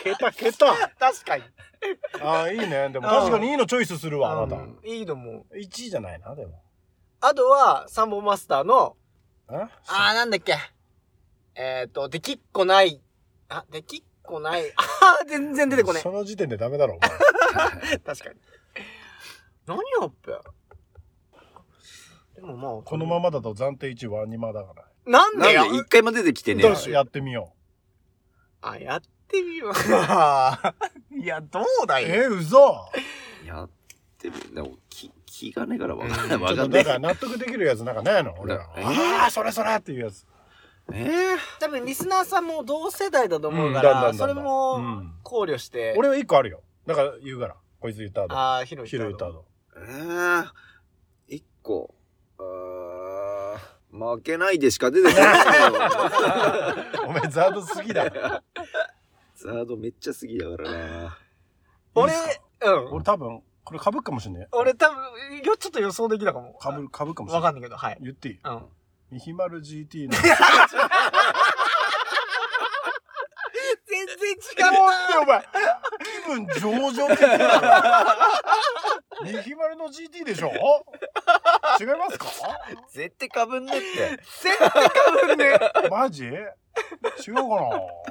S3: ケタケタ。
S1: 確かに。
S3: ああ、いいね。でも確かにいいのチョイスするわ、あな
S1: う
S3: た。
S1: んいいと思う。
S3: 1位じゃないな、でも。
S1: あとは、サンボマスターの、
S3: あ
S1: あー、なんだっけ。えっ、ー、と、できっこない。あ、できっこない。あー、全然出てこね
S3: その時点でダメだろ、お 前。
S1: え。確かに。何やっぺ。でもまあ、
S3: このままだと暫定1位ワニマだから。
S1: なん
S2: な
S1: でよ
S2: んで一回も出てきてねえ
S3: ど
S2: の
S3: うしようやってみよ
S1: あ、やってみよ う。いや、どうだ
S3: う。。え、嘘
S2: やってみでも、気、気がねえからわ
S1: う
S2: か
S1: んち
S2: んな
S1: ょ
S2: い。
S1: っ
S2: わ
S3: ちょ
S2: か
S3: っと
S2: んな
S3: だ
S2: い
S3: か。ら納得できるやつなんかないの俺ら。
S2: え
S3: ああ、それそれっていうやつ。
S2: ええ
S1: 多分、リスナーさんも同世代だと思うか
S3: うんだ
S1: ら、
S3: ん
S1: そ
S3: だ
S1: れ
S3: んだんだんう
S1: も
S3: ん
S1: 考慮して。
S3: 俺は1個あるよ。だから言うから。こいつ言った後。
S1: ああ、ひろゆ
S3: ヒロ言った後。
S2: えー、一個。あー負けないでしか出てこないんだよ。
S3: お前ザードすぎだ。
S2: ザードめっちゃ好きだからな。
S1: 俺、うん。
S3: 俺多分、これ被るかもしんね。
S1: 俺多分、よ、ちょっと予想できたかも。
S3: 被る、被るかもしん
S1: わ
S3: ね
S1: か。んないけど、はい。
S3: 言っていい
S1: うん。
S3: ミヒマル GT の
S1: 全然違
S3: お前気分上々って言ってたのにひまるの GT で しょ違いますか
S2: 絶対かぶんねって。
S1: 絶対かぶんねえ。
S3: マジ違う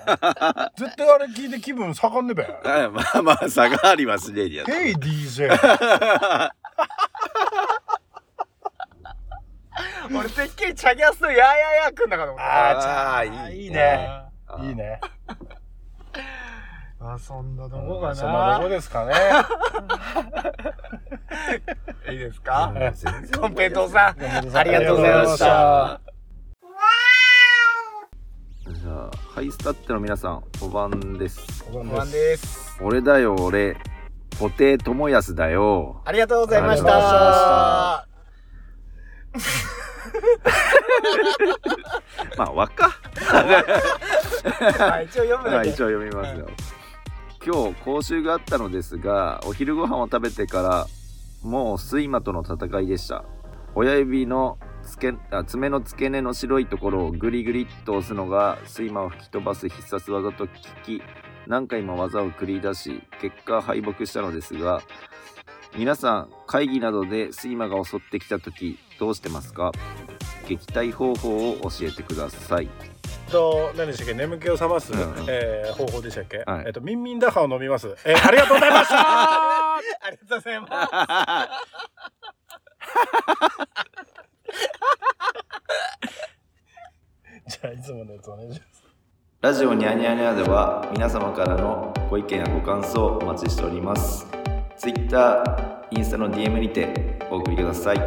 S3: かな絶対あれ聞いて気分下がんねべ。
S2: はいま あまあ、差がありますね、リア
S3: ヘイ DJ。
S1: 俺てっきりチャギアスのやーやーやーくんだかと思った。
S3: あ
S2: あー
S3: ー
S2: いい
S3: いいね
S2: ね。
S3: いいね。
S1: あ、そんなと
S3: うんそんなとこですかね。
S1: いいですか
S3: ん
S1: コンペイトーさん。 ありがとうございまし。
S3: ありがとうございました
S2: た。じゃあ、ハイスタッテの皆さん、お晩です。
S1: 不安です。
S2: 俺だよ、俺。布袋寅泰だよ。
S1: ありがとうございまし
S3: ありがとうござい
S1: た。
S2: まあ、わっか。
S1: あ一応読む
S2: ま
S1: だ
S2: あ
S1: け。
S2: 一応読みますよ。今日、講習があったのですが、お昼ご飯を食べてから、もう睡魔との戦いでした。親指の付けあ爪の付け根の白いところをグリグリっと押すのが睡魔を吹き飛ばす必殺技と聞き何回も技を繰り出し結果敗北したのですが皆さん会議などで睡魔が襲ってきた時どうしてますか撃退方法を教えてください
S3: えっと何でしたっけ眠気を覚ます、
S2: うんうん
S3: えー方法でしたっけ、
S2: はい
S3: えっとミンミンダハを飲みます、えーありがとうございました
S1: ありがとうございます。
S3: じゃあいつものやつお願いします
S2: ラジオニャーニャーニャーでは皆様からのご意見やご感想をお待ちしております。Twitter、インスタの DM にてお送りください。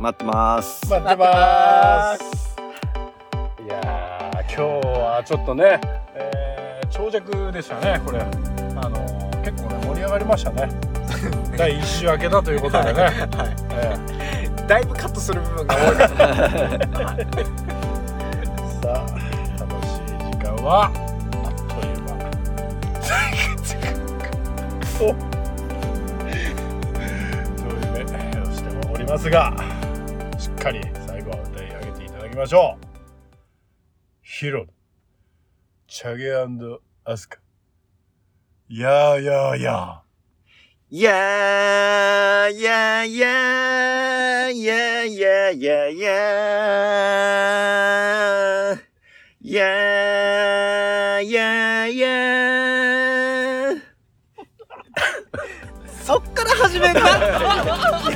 S2: 待ってます。
S3: 待ってますいやー今日はちょっとね、えー長尺でしたねこれあのー結構ね盛り上がりましたね第一週明けだということでね、
S1: は
S3: え
S1: い。だいぶカットする部分が多いです
S3: ーさあ楽しい時間はあっという間くそ上映をしておりますがしっかり最後は歌い上げていただきましょうヒロチャゲアスカやーやーや
S2: いやー、いやー、いやー、いやー、いやー、いやー、いやー、いやー、いやー、いやー。
S1: そっから始めるな。